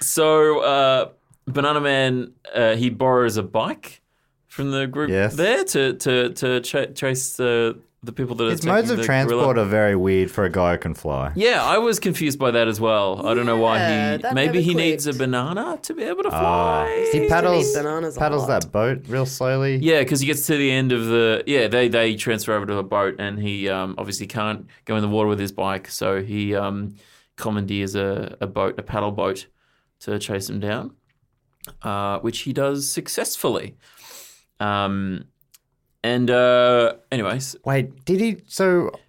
D: so uh, Banana Man uh, he borrows a bike from the group
B: Yes.
D: there to to to ch- chase the the people that are
B: His
D: taking
B: modes of
D: the
B: transport
D: gorilla.
B: are very weird for a guy who can fly.
D: Yeah, I was confused by that as well. I don't know why
E: Yeah,
D: he
E: that
D: maybe
E: never
D: he needs a
E: clicked.
D: banana to be able to
B: Ah,
D: fly.
B: he paddles
E: bananas a
B: paddles
E: lot.
B: that boat real slowly.
D: Yeah, because he gets to the end of the yeah they they transfer over to a boat and he um, obviously can't go in the water with his bike, so he um, commandeers a, a boat, a paddle boat, to chase him down, uh, which he does successfully. Um, and uh, anyways,
B: Wait, did he? So,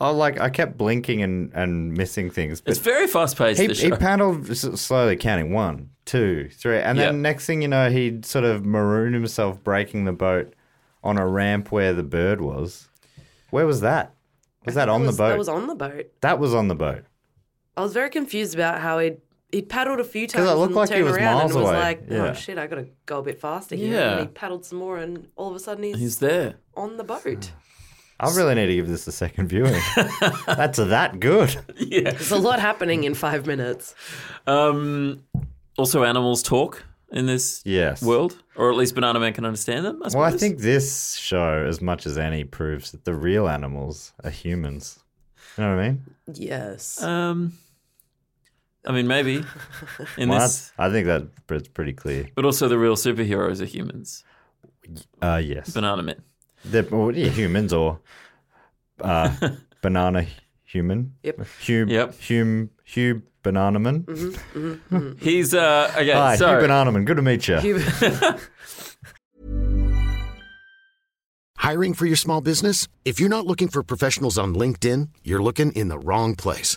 B: I like I kept blinking and and missing things. But
D: it's very fast paced.
B: he
D: the
B: he
D: show.
B: paddled s- slowly, counting one, two, three, and
D: Yeah.
B: then next thing you know, he'd sort of marooned himself, breaking the boat on a ramp where the bird was. Where was that? Was that on
E: was-
B: the boat?
E: That was on the boat.
B: on the boat.
E: I was very confused about how he'd he'd paddled a few times
B: it looked
E: and
B: like he
E: turned
B: was
E: around
B: miles
E: and was
B: away.
E: like, oh
B: Yeah.
E: shit, I gotta go a bit faster here.
D: Yeah.
E: And he paddled some more and all of a sudden he's,
D: he's there.
E: on the boat.
B: I really need to give this a second viewing. That's that good.
D: Yeah.
E: There's a lot happening in five minutes.
D: Um, also, animals talk in this
B: Yes.
D: world, or at least Banana Man can understand them. I
B: Well, I
D: suppose.
B: think this show, as much as any, proves that the real animals are humans. You know what I mean?
E: Yes.
D: Um, I mean, maybe in
B: Well, that's-
D: this,
B: I think that it's pretty clear.
D: but also the real superheroes are humans.
B: Uh, yes.
D: Banana Man.
B: They're well, yeah, humans or uh, banana human.
E: Yep.
B: Hugh,
D: Yep.
B: Hugh, Hugh Bananaman.
D: He's uh okay.
B: Hi,
D: so
B: Hugh Bananaman. Good to meet you.
A: Hiring for your small business? If you're not looking for professionals on LinkedIn, you're looking in the wrong place.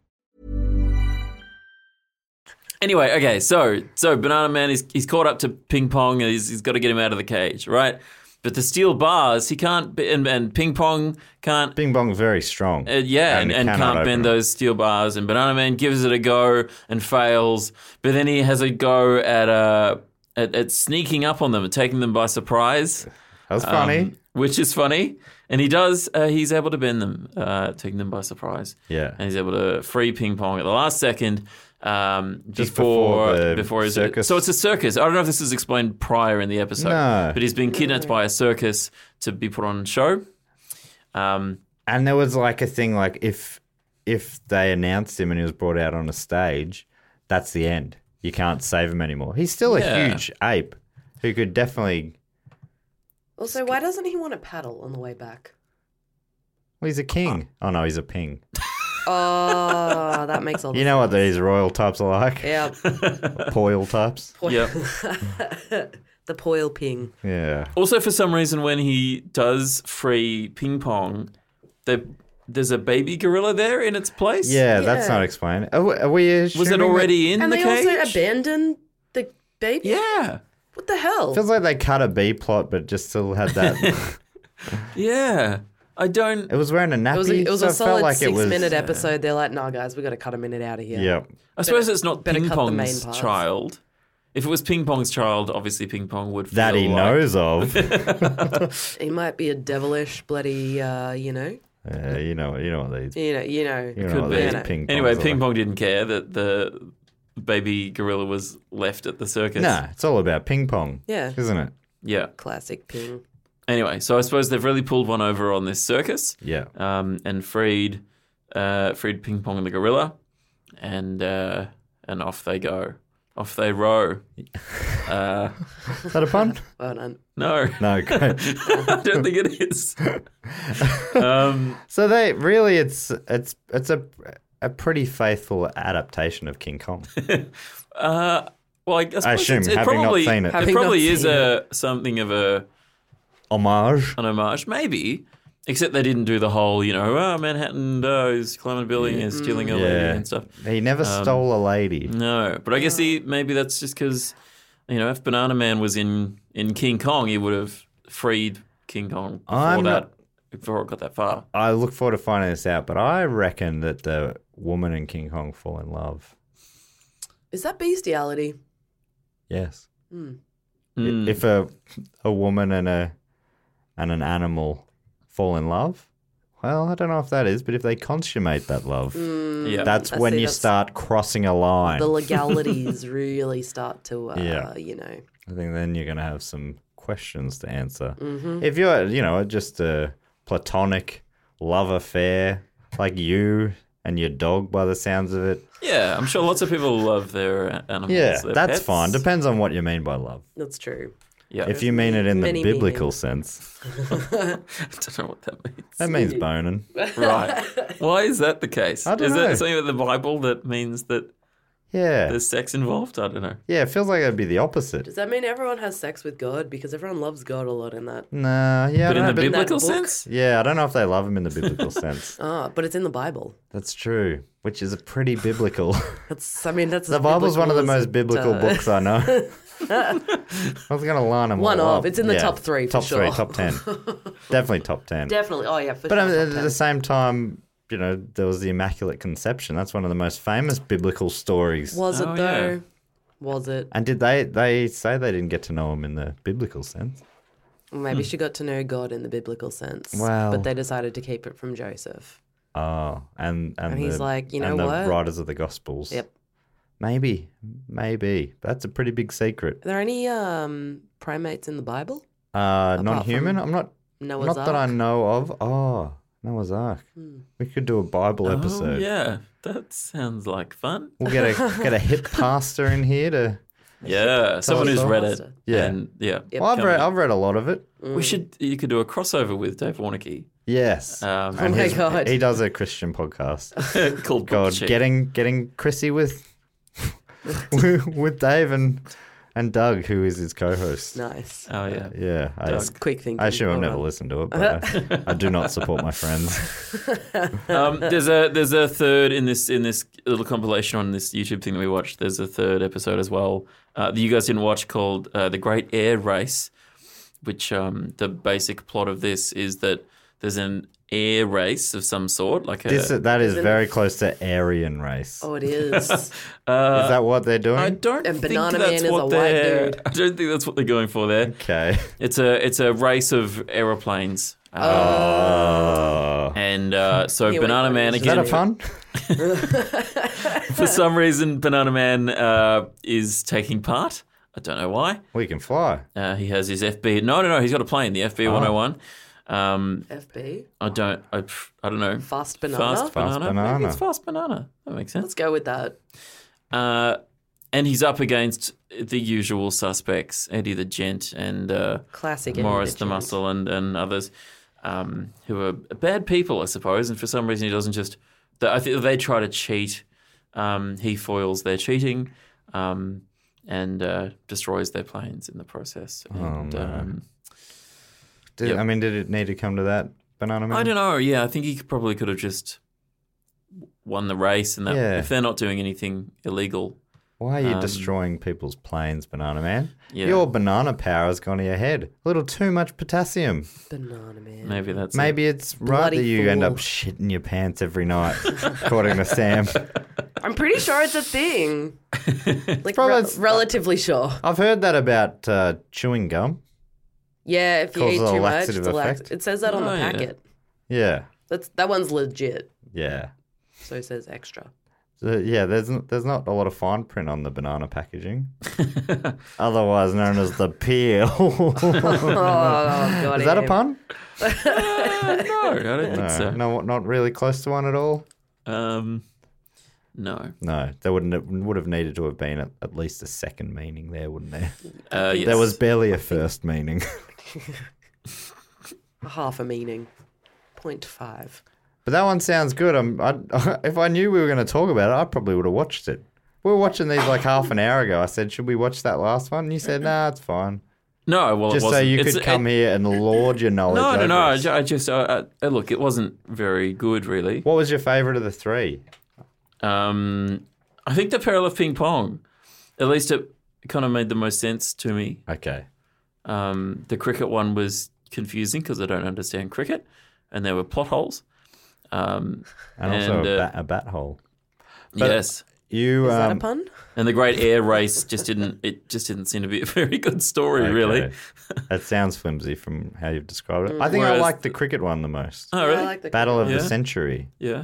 D: anyway, okay. So so Banana Man is he's caught up to Ping Pong and he's, he's got to get him out of the cage, right? But the steel bars, he can't. be- And, and Ping Pong can't.
B: Bing Bong's very strong.
D: Uh, yeah, and, and
B: cannot
D: can't bend
B: open it.
D: those steel bars. And Banana Man gives it a go and fails, but then he has a go at uh at, at sneaking up on them and taking them by surprise.
B: That was funny.
D: um, which is funny. And he does. Uh, he's able to bend them, uh, taking them by surprise.
B: Yeah.
D: and he's able to free ping pong at the last second. Um,
B: Just
D: before
B: before the
D: before his
B: circus.
D: so it's a circus. I don't know if this is explained prior in the episode,
B: No.
D: but he's been kidnapped by a circus to be put on show. Um,
B: and there was like a thing like if if they announced him and he was brought out on a stage, that's the end. You can't save him anymore. He's still a
D: Yeah.
B: huge ape who could definitely.
E: also, why doesn't he want to paddle on the way back?
B: Well, he's a king. Oh no, he's a ping.
E: Oh, that makes all the
B: You know what these royal types are like?
E: Yeah.
B: Poil types.
D: yeah.
E: the poil ping.
B: Yeah.
D: Also, for some reason, when he does free ping pong, they, there's a baby gorilla there in its place.
B: Yeah, that's
E: Yeah.
B: not explained. Are we, are we
D: was
B: assuming
D: it
B: that-
D: already in
E: and
D: the
E: they
D: cage?
E: also abandoned the baby?
D: yeah,
E: What the hell?
B: feels like they cut a B plot, but just still had that.
D: yeah. I don't.
B: it was wearing a nappy.
E: it was a, it was
B: so
E: a
B: felt
E: solid
B: like it
E: six
B: was-
E: minute episode. They're like, nah, guys, we got to cut a minute out of here.
B: Yep.
D: I suppose it's not
E: better
D: ping
E: cut the main
D: pong's
E: parts.
D: child. If it was ping pong's child, obviously ping pong would. Feel
B: That he
D: like-
B: knows of.
E: He might be a devilish bloody, uh, you know,
B: Yeah, you know, you know what they,
E: you know, you know.
B: you know
D: Could
B: what
D: be.
B: these
E: Yeah.
B: ping.
D: Anyway,
B: pongs are
D: ping
B: like.
D: pong didn't care that the baby gorilla was left at the circus.
B: Nah, it's all about ping pong.
E: Yeah.
B: Isn't it?
D: Yeah.
E: Classic ping.
D: Anyway, so I suppose they've really pulled one over on this circus.
B: Yeah.
D: um, and freed uh, freed Ping Pong and the gorilla, and uh, and off they go, off they row. Uh,
B: Is that a pun?
E: Well done.
D: no,
B: no, great.
D: I don't think it is. um,
B: So they really, it's it's it's a a pretty faithful adaptation of King Kong.
D: uh, well, I, guess
B: I assume,
D: it's, it
B: having not
D: probably,
B: seen it.
E: Having not
D: probably is
E: seen
D: a something of a
B: Homage.
D: an homage, maybe. Except they didn't do the whole, you know, oh, Manhattan uh, is climbing a building, is stealing a lady
B: Mm. Yeah.
D: and stuff. Um, mm.
B: He never stole a lady.
D: No, but I guess he maybe that's just because you know if Banana Man was in in King Kong, he would have freed King Kong before
B: I'm
D: that.
B: not-
D: Before it got that far,
B: I look forward to finding this out, but I reckon that the woman in King Kong fall in love.
E: Is that bestiality?
B: Yes. I-
D: Mm.
B: If a a woman and a and an animal fall in love, well, I don't know if that is, but if they consummate that love,
D: Mm. yeah,
B: that's
E: I
B: when
E: see,
B: you
E: that's-
B: start crossing a line.
E: The legalities really start to, uh,
B: Yeah.
E: you know.
B: I think then you're going to have some questions to answer. If you're, you know, just a platonic love affair like you and your dog, by the sounds of it,
D: yeah. I'm sure lots of people love their a- animals.
B: yeah,
D: their
B: that's
D: pets.
B: fine. Depends on what you mean by love.
E: That's true.
D: yeah,
B: If you mean it in the
E: many
B: biblical
E: meanings.
B: sense,
D: I don't know what that means.
B: that means boning.
D: right? Why is that the case?
B: I don't
D: is
B: know.
D: that something in the Bible that means that
B: Yeah.
D: there's sex involved? I don't know.
B: Yeah, it feels like it'd be the opposite.
E: Does that mean everyone has sex with God? Because everyone loves God a lot in that.
B: Nah, yeah. I don't
D: But in the
B: know,
E: that
D: biblical
E: book-
D: sense,
B: yeah, I don't know if they love him in the biblical sense.
E: Ah, but it's in the Bible.
B: That's true, which is a pretty biblical.
E: That's, I mean, that's
B: the
E: as
B: Bible's one of the most biblical
E: biblical as it, uh,
B: books I know. I was going to line them
E: One
B: all
E: of.
B: up.
E: It's in the top three for
B: top three,
E: sure.
B: top ten, definitely top ten.
E: Definitely. Oh, yeah. For
B: but
E: sure,
B: um,
E: top
B: at
E: 10.
B: the same time, you know, there was the Immaculate Conception. That's one of the most famous biblical stories.
E: Was
D: Oh,
E: it,
D: yeah.
E: though? Was it?
B: and did they they say they didn't get to know him in the biblical sense? Hmm.
E: Maybe she got to know God in the biblical sense.
B: Well-
E: But they decided to keep it from Joseph.
B: Oh, and and,
E: And he's
B: the-
E: like, "You
B: and
E: know
B: the
E: what?"
B: writers of the Gospels.
E: Yep.
B: Maybe, maybe that's a pretty big secret.
E: Are there any um, primates in the Bible?
B: Uh,
E: from
B: non-human. I'm not.
E: Noah's
B: not that I
E: Ark?
B: know of. Oh, Noah's Ark. We could do a Bible
D: oh,
B: episode.
D: yeah, that sounds like fun.
B: We'll get a get a hip pastor in here to.
D: Yeah, someone who's
B: us
D: read
E: about
D: it.
E: it.
B: Yeah.
D: and, yeah.
B: Well, I've
D: come
B: read
D: and-
B: I've read a lot of it.
D: We should. You could do a crossover with Dave Warnicky
B: Yes.
D: um,
E: Oh my
B: he's-
E: God.
B: He does a Christian podcast called
D: called God Getting.
B: getting getting Chrissy with with Dave and and Doug, who is his co-host.
E: Nice.
D: Oh yeah.
B: Yeah, I,
D: Doug.
E: Quick thinking.
B: I assume I've
E: Well
B: never
E: done.
B: listened to it, but I, I do not support my friends.
D: Um, there's a there's a third in this in this little compilation on this YouTube thing that we watched. There's a third episode as well uh, that you guys didn't watch called uh, the Great Air Race, which um, the basic plot of this is that there's an air race of some sort, like a
B: This that is very close to Aryan race.
E: Oh, it is.
B: is that what they're doing?
D: I don't
E: And
D: think
E: Banana Man
D: that's
E: is a
D: what
E: white
D: they're.
E: dude.
D: I don't think that's what they're going for there.
B: okay.
D: It's a it's a race of aeroplanes. Uh,
B: Oh.
D: And uh, so
E: Here we
D: Banana
E: go.
D: Man
E: Is
B: Is that
D: again.
B: a pun?
D: for some reason, Banana Man uh, is taking part. I don't know why.
B: We can fly.
D: Uh, he has his FB. No, no, no. He's got a plane, the FB 101. Um,
E: FB.
D: I don't. I, I don't know.
E: Fast banana.
D: Fast banana. Maybe
B: banana.
D: it's fast banana. That makes sense.
E: Let's go with that.
D: Uh, and he's up against the usual suspects: Eddie the Gent and uh,
E: Classic. Eddie
D: Morris the
E: Mitchell.
D: Muscle and, and others um, who are bad people, I suppose. And for some reason, he doesn't just. The, I think they try to cheat. Um, he foils their cheating um, and uh, destroys their planes in the process. And, um,
B: Did,
D: Yep.
B: I mean, did it need to come to that, Banana Man?
D: I don't know. Yeah, I think he could- probably could have just won the race. And that
B: Yeah.
D: if they're not doing anything illegal,
B: Why are you destroying people's planes, Banana Man?
D: Um, Yeah.
B: Your banana power has gone to your head. A little too much potassium.
E: Banana man.
D: maybe that's it.
B: Maybe it's right
E: Bloody
B: that you end
E: fool.
B: up shitting your pants every night, according to Sam.
E: I'm pretty sure it's a thing. like
B: Probably
E: re-
B: it's-
E: relatively sure.
B: I've heard that about uh, chewing gum.
E: Yeah, if you
B: Causes
E: eat
B: a
E: too much,
B: laxative
E: it's a lax-
B: effect.
E: it says that on
D: Oh,
E: the
D: yeah.
E: packet.
B: Yeah,
E: That's that one's legit.
B: yeah.
E: So it says extra.
B: So, yeah, there's n- there's not a lot of fine print on the banana packaging, otherwise known as the peel.
E: Oh, got
B: Is that a
E: him.
B: pun?
D: Uh, no, I don't think
B: No,
D: so.
B: no, not really close to one at all.
D: Um, no.
B: No, there wouldn't it would have needed to have been at, at least a second meaning there, wouldn't there?
D: Uh, yes.
B: There was barely a first meaning.
E: Half a meaning. 0.5.
B: But that one sounds good. I'm, I, if I knew we were going to talk about it, I probably would have watched it. We were watching these like half an hour ago. I said, "Should we watch that last one?" And you said, "Nah, it's fine."
D: no. Well,
B: Just
D: it
B: so
D: wasn't.
B: you
D: It's-
B: could
D: it-
B: come here and lord your knowledge.
D: No, no,
B: over
D: no. I
B: us.
D: ju- I just uh, uh, look. It wasn't very good, really.
B: What was your favorite of the three?
D: Um, I think the peril of ping pong. At least it kind of made the most sense to me.
B: Okay.
D: Um, the cricket one was confusing because I don't understand cricket, and there were plot holes. Um,
B: And, also
D: And,
B: a,
D: uh,
B: bat, a bat hole. But-
D: yes,
B: You
E: Is that a
B: um,
E: pun?
D: and the great air race just didn't. It just didn't seem to be a very good story, really.
B: okay. that sounds flimsy from how you've described
E: Mm.
B: it. I think I
D: Whereas
B: like the cricket one the most.
D: Oh, really?
E: I like the
B: Battle of the
D: Yeah.
B: century.
D: Yeah.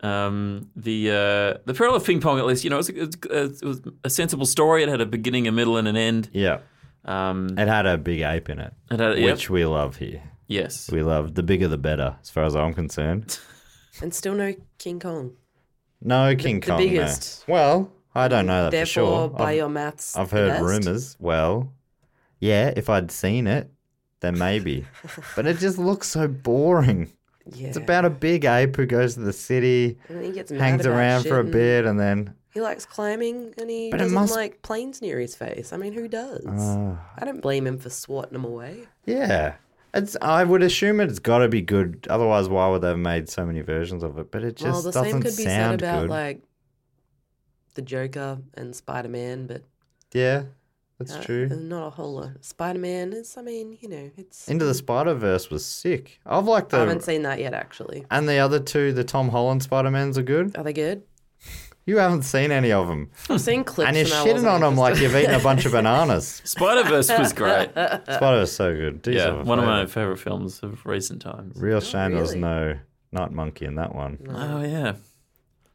D: Um, the uh, the peril of ping pong. At least you know it was, a, it was a sensible story. It had a beginning, a middle, and an end.
B: Yeah.
D: Um,
B: It had a big ape in it,
D: it had- yep,
B: which we love here.
D: yes.
B: We love the bigger the better, as far as I'm concerned.
E: And still no King Kong.
B: No, King
E: the
B: Kong. no.
E: biggest.
B: Well, I don't know that Uh,
E: Therefore,
B: for sure.
E: by
B: I've,
E: your maths.
B: I've heard
E: best.
B: rumors. Well, yeah, if I'd seen it, then maybe. but it just looks so boring.
E: Yeah.
B: It's about a big ape who goes to the city,
E: And he gets mad
B: hangs
E: about
B: around
E: shit
B: for a
E: and
B: bit, and then
E: He likes climbing and he
B: But Uh, it
E: doesn't
B: must-
E: like planes near his face. I mean, who does? I don't blame him for swatting him away.
B: yeah. It's, I would assume it's got to be good. Otherwise, why would they have made so many versions of it? But it just
E: well, the
B: doesn't
E: same could be said
B: sound
E: about
B: good.
E: like the Joker and Spider Man, but
B: yeah, that's
E: uh,
B: true.
E: there's not a whole lot. Spider Man is, I mean, you know, it's.
B: Into the Spider Verse was sick. I've liked
E: I
B: the
E: haven't seen that yet, actually.
B: and the other two, the Tom Holland Spider Mans are good.
E: Are they good?
B: You haven't seen any of them,
D: Hmm.
E: I've seen clips.
B: and you're
E: I
B: shitting
E: wasn't
B: on them like
E: interested.
B: you've eaten a bunch of bananas.
D: Spider Verse was great.
E: Uh,
B: Spider Verse so good. Do yourself
D: yeah,
B: a
D: one of my
B: favour.
D: favorite films of recent times.
B: Real shame there was
E: really?
B: no not monkey in that one.
D: Oh yeah,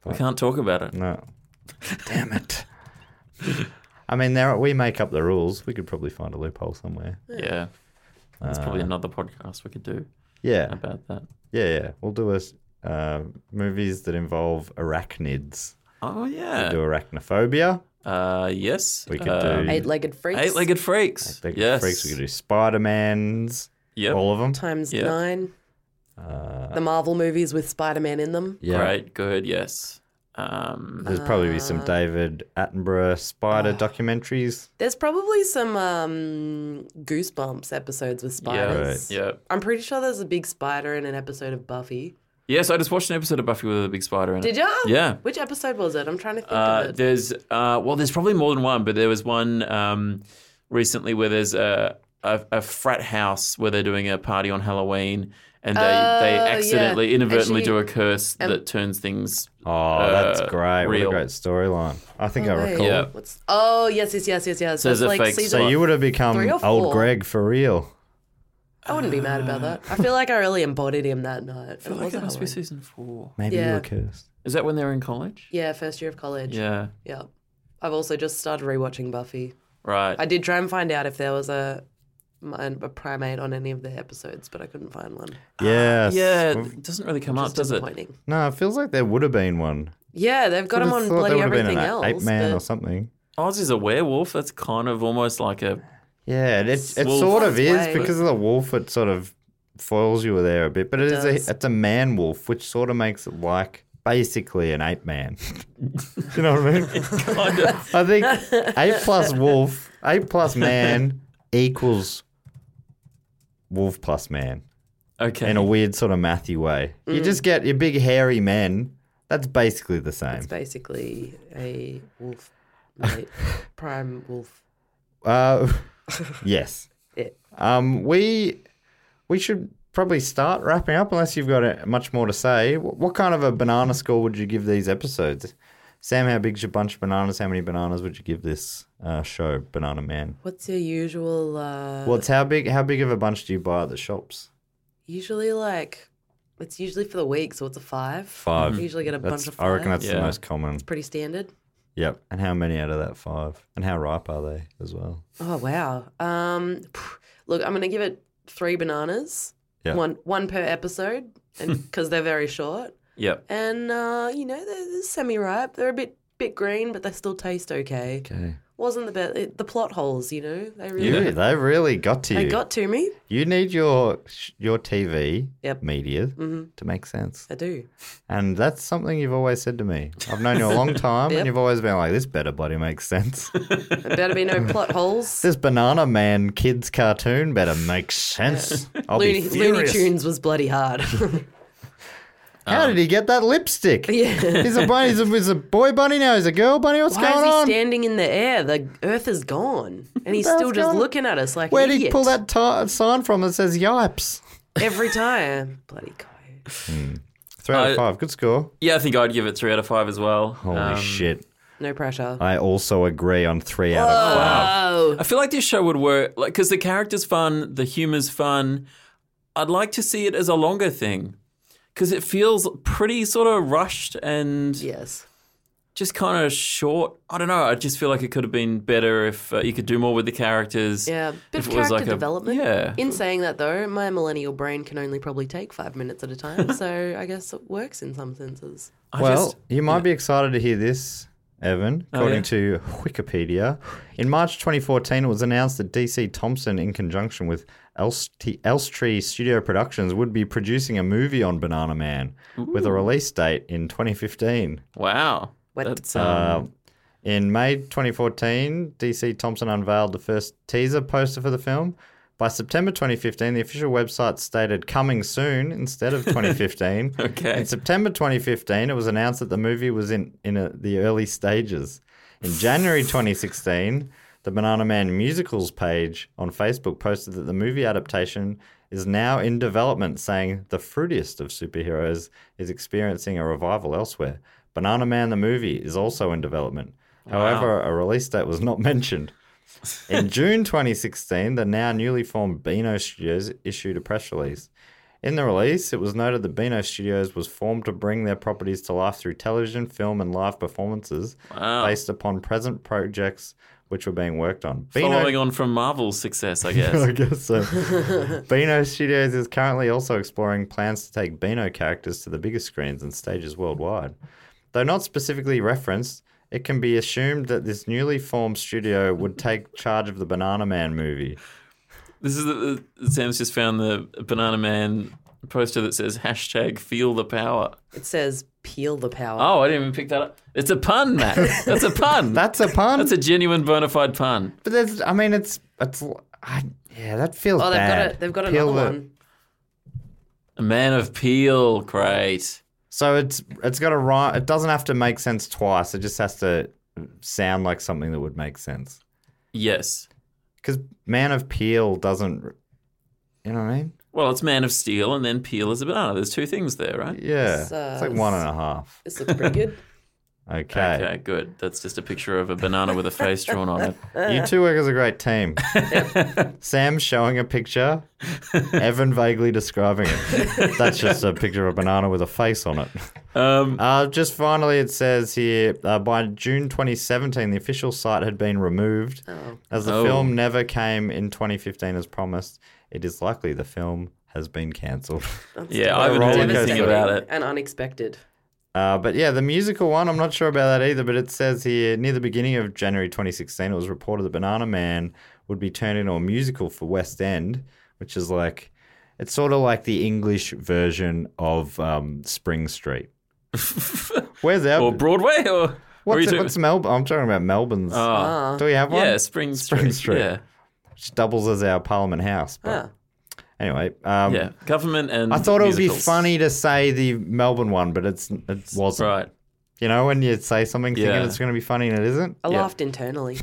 D: we can't talk about it.
B: No. Damn it. I mean, there we make up the rules. We could probably find a loophole somewhere.
D: Yeah, there's
B: Uh.
D: probably another podcast we could do
B: Yeah,
D: about that.
B: yeah, yeah. We'll do a, s- uh, movies that involve arachnids.
D: Oh yeah,
B: Do arachnophobia.
D: uh, yes.
B: We could
D: uh,
B: do
E: Eight legged freaks.
D: eight-legged freaks.
B: They could-
D: yes.
B: freaks. We could do Spider Man's.
D: Yep.
B: All of them.
E: times
D: Yeah.
E: nine. the Marvel movies with Spider Man in them.
B: Uh, Yeah.
D: Great. Good. Yes. Um,
B: There's probably be
E: Uh.
B: some David Attenborough
E: Oh.
B: spider documentaries.
E: There's probably some um, Goosebumps episodes with
D: yeah.
E: spiders.
D: Yeah.
E: I'm pretty sure there's a big spider in an episode of Buffy.
D: Yes, I just watched an episode of Buffy with a big spider in it.
E: Did ya?
D: Yeah.
E: Which episode was it? I'm trying to think
D: Uh,
E: of it.
D: there's uh, well, there's probably more than one, but there was one um, recently where there's a, a a frat house where they're doing a party on Halloween, and they they
E: Oh, yeah. um,
D: accidentally
E: And
D: inadvertently
E: she-
D: do a curse that turns things.
B: Oh, that's
D: Uh,
B: great.
D: real.
B: What a great storyline. I think I
E: Wait,
B: recall.
D: Yeah.
E: What's, oh, yes, yes, yes, yes, yes.
D: So
E: That's
D: there's a
E: like
D: fake
E: season,
B: So you would have
E: Three
B: become
E: or
B: old
E: four.
B: Greg for real.
E: I wouldn't be mad about that. I feel like I really embodied him that night.
D: I feel
E: It
D: like
E: was
D: that
E: a
D: must be
E: Halloween.
D: season four.
B: Maybe you
E: Yeah.
B: were cursed.
D: Is that when they're in college?
E: Yeah, first year of college.
D: Yeah.
E: Yeah. I've also just started rewatching Buffy.
D: Right.
E: I did try and find out if there was a a primate on any of the episodes, but I couldn't find one.
B: Yes.
D: Ah, yeah. It doesn't really come up,
E: It's
D: does it?
E: disappointing.
B: No, it feels like there would have been one.
E: Yeah, they've got
B: Would've
E: him on
B: thought there
E: bloody
B: would have been
E: everything
B: an
E: else.
B: ape man
E: but-
B: or something.
D: Oz is a werewolf. That's kind of almost like a
B: Yeah, it, it, it
D: Wolf.
B: sort of
E: Wolf's
B: is
E: way.
B: because of the wolf. It sort of foils you there a bit, but it is
E: does.
B: a, it's a man wolf, which sort of makes it like basically an ape man. you know what I mean?
D: kind of.
B: I think eight plus wolf, eight plus man equals wolf plus man
D: Okay.
B: in a weird sort of mathy way. You just get your big hairy men. That's basically the same.
E: It's basically a wolf, mate, prime wolf.
B: Uh, yes.
E: Yeah.
B: Um, we we should probably start wrapping up unless you've got uh, much more to say. Wh- What kind of a banana score would you give these episodes? Sam, how big's your bunch of bananas? How many bananas would you give this uh, show, Banana Man?
E: What's your usual? Uh,
B: Well, it's how big? How big of a bunch do you buy at the shops?
E: Usually like It's usually for the week, so it's a five.
B: Five.
E: You usually get a bunch
B: That's,
E: of
B: I
E: five.
B: reckon that's the
D: Yeah.
B: most common.
E: pretty standard.
B: Yep. And how many out of that five? And how ripe are they as well?
E: Oh wow. Um, phew. look, I'm gonna give it three bananas.
B: Yeah.
E: One one per episode, and because they're very short,
D: Yep.
E: and uh, you know they're, they're semi ripe. They're a bit bit green, but they still taste okay.
B: Okay.
E: Wasn't the best. It, the plot holes, you know, they really
B: You, they really got to
E: they
B: you.
E: got to me.
B: you need your sh- your TV
E: Yep. Mm-hmm.
B: media to make sense,
E: I do.
B: and that's something you've always said to me. I've known you a long time,
E: Yep.
B: and you've always been like, "This better bloody make sense.
E: There better be no plot holes.
B: this Banana Man kids cartoon better make sense." I'll
E: Looney,
B: be
E: Looney
B: furious.
E: Tunes was bloody hard.
B: How did he get that lipstick? he's a bunny. He's a, he's a boy bunny now. He's a girl bunny. What's
E: Why is
B: going
E: he
B: on?
E: standing in the air? The Earth is gone, and he's still
B: Earth's
E: just
B: gone.
E: looking at us like an
B: Where did he pull
E: idiot
B: that ti sign from that says "Yipes"?
E: every time. bloody guy.
B: Three out of
D: I-
B: five. Good score.
D: Yeah, I think I'd give it three out of five as well.
B: Holy
D: Um,
B: shit!
E: No pressure.
B: I also agree on three out of five.
E: Oh,
D: I feel like this show would work, like, because the character's fun, the humor's fun. I'd like to see it as a longer thing, because it feels pretty sort of rushed and
E: yes.
D: just kind of short. I don't know. I just feel like it could have been better if uh, you could do more with the characters.
E: Yeah, bit
D: If
E: of
D: it was
E: character
D: like a-
E: development.
D: yeah.
E: In saying that, though, my millennial brain can only probably take five minutes at a time, so I guess it works in some senses.
D: I
B: Well,
D: just- Oh,
B: you might be excited to hear this, Evan. According
D: yeah?
B: to Wikipedia, in March 2014, it was announced that DC Thompson, in conjunction with Elst- Elstree Studio Productions, would be producing a movie on Banana Man with a release date in 2015.
D: wow.
E: What?
D: That's, um,
B: Um, in May 2014, DC Thompson unveiled the first teaser poster for the film. By September 2015, the official website stated coming soon instead of 2015.
D: Okay.
B: In September 2015, it was announced that the movie was in, in a, the early stages. In January 2016, the Banana Man Musicals page on Facebook posted that the movie adaptation is now in development, saying the fruitiest of superheroes is experiencing a revival elsewhere. Banana Man the movie is also in development. However, a release date was not mentioned. In June 2016, the now newly formed Beano Studios issued a press release. In the release, it was noted that Beano Studios was formed to bring their properties to life through television, film, and live performances based upon present projects which were being worked on.
D: following on from Marvel's success, I guess.
B: I guess so. Beano Studios is currently also exploring plans to take Beano characters to the biggest screens and stages worldwide. Though not specifically referenced, it can be assumed that this newly formed studio would take charge of the Banana Man movie.
D: this is the, the- Sam's just found the Banana Man poster that says hashtag feel the power.
E: It says peel the power.
D: Oh, I didn't even pick that up. It's a pun, Matt. That's a pun.
B: That's a pun.
D: That's a genuine bona fide pun.
B: but there's, I mean, it's, it's, I, yeah, that feels
E: Oh, they've
B: bad.
E: got a, they've got
B: Peel
E: another
B: the-
E: one.
D: A man of peel, great.
B: So it's, it's got a rhyme. It doesn't have to make sense twice. It just has to sound like something that would make sense.
D: Yes.
B: Because Man of Peel doesn't, you know what I mean?
D: Well, it's man of steel and then peel is a banana. There's two things there, right?
B: Yeah,
E: It's,
B: it's,
E: uh,
B: like one and a half.
E: This looks pretty good.
B: Okay.
D: Okay, good. That's just a picture of a banana with a face drawn on it.
B: You two work as a great team. Sam's showing a picture, Evan vaguely describing it. That's just a picture of a banana with a face on it.
D: Um,
B: Uh, just finally, it says here uh, by June 2017, the official site had been removed. As the
D: Oh.
B: film never came in 2015 as promised, it is likely the film has been cancelled.
D: yeah, I haven't heard anything
E: Devastating
D: about it.
E: and unexpected.
B: Uh, but yeah, the musical one, I'm not sure about that either, but it says here near the beginning of January 2016, it was reported that Banana Man would be turned into a musical for West End, which is like, it's sort of like the English version of um, Spring Street. Where's our.
D: Or Broadway or or you
B: what's,
D: do-
B: what's Melbourne? I'm talking about Melbourne's.
D: Ah,
B: Do we have one?
D: yeah, Spring Street.
B: Spring Street.
D: Yeah.
B: Which doubles as our Parliament House. But
E: Ah.
B: anyway. Um,
D: yeah. Government and
B: I thought it would be
D: musicals.
B: funny to say the Melbourne one, but it's it wasn't.
D: Right.
B: You know, when you say something
D: Yeah.
B: thinking it's going to be funny and it isn't?
E: I
D: Yeah.
E: laughed internally.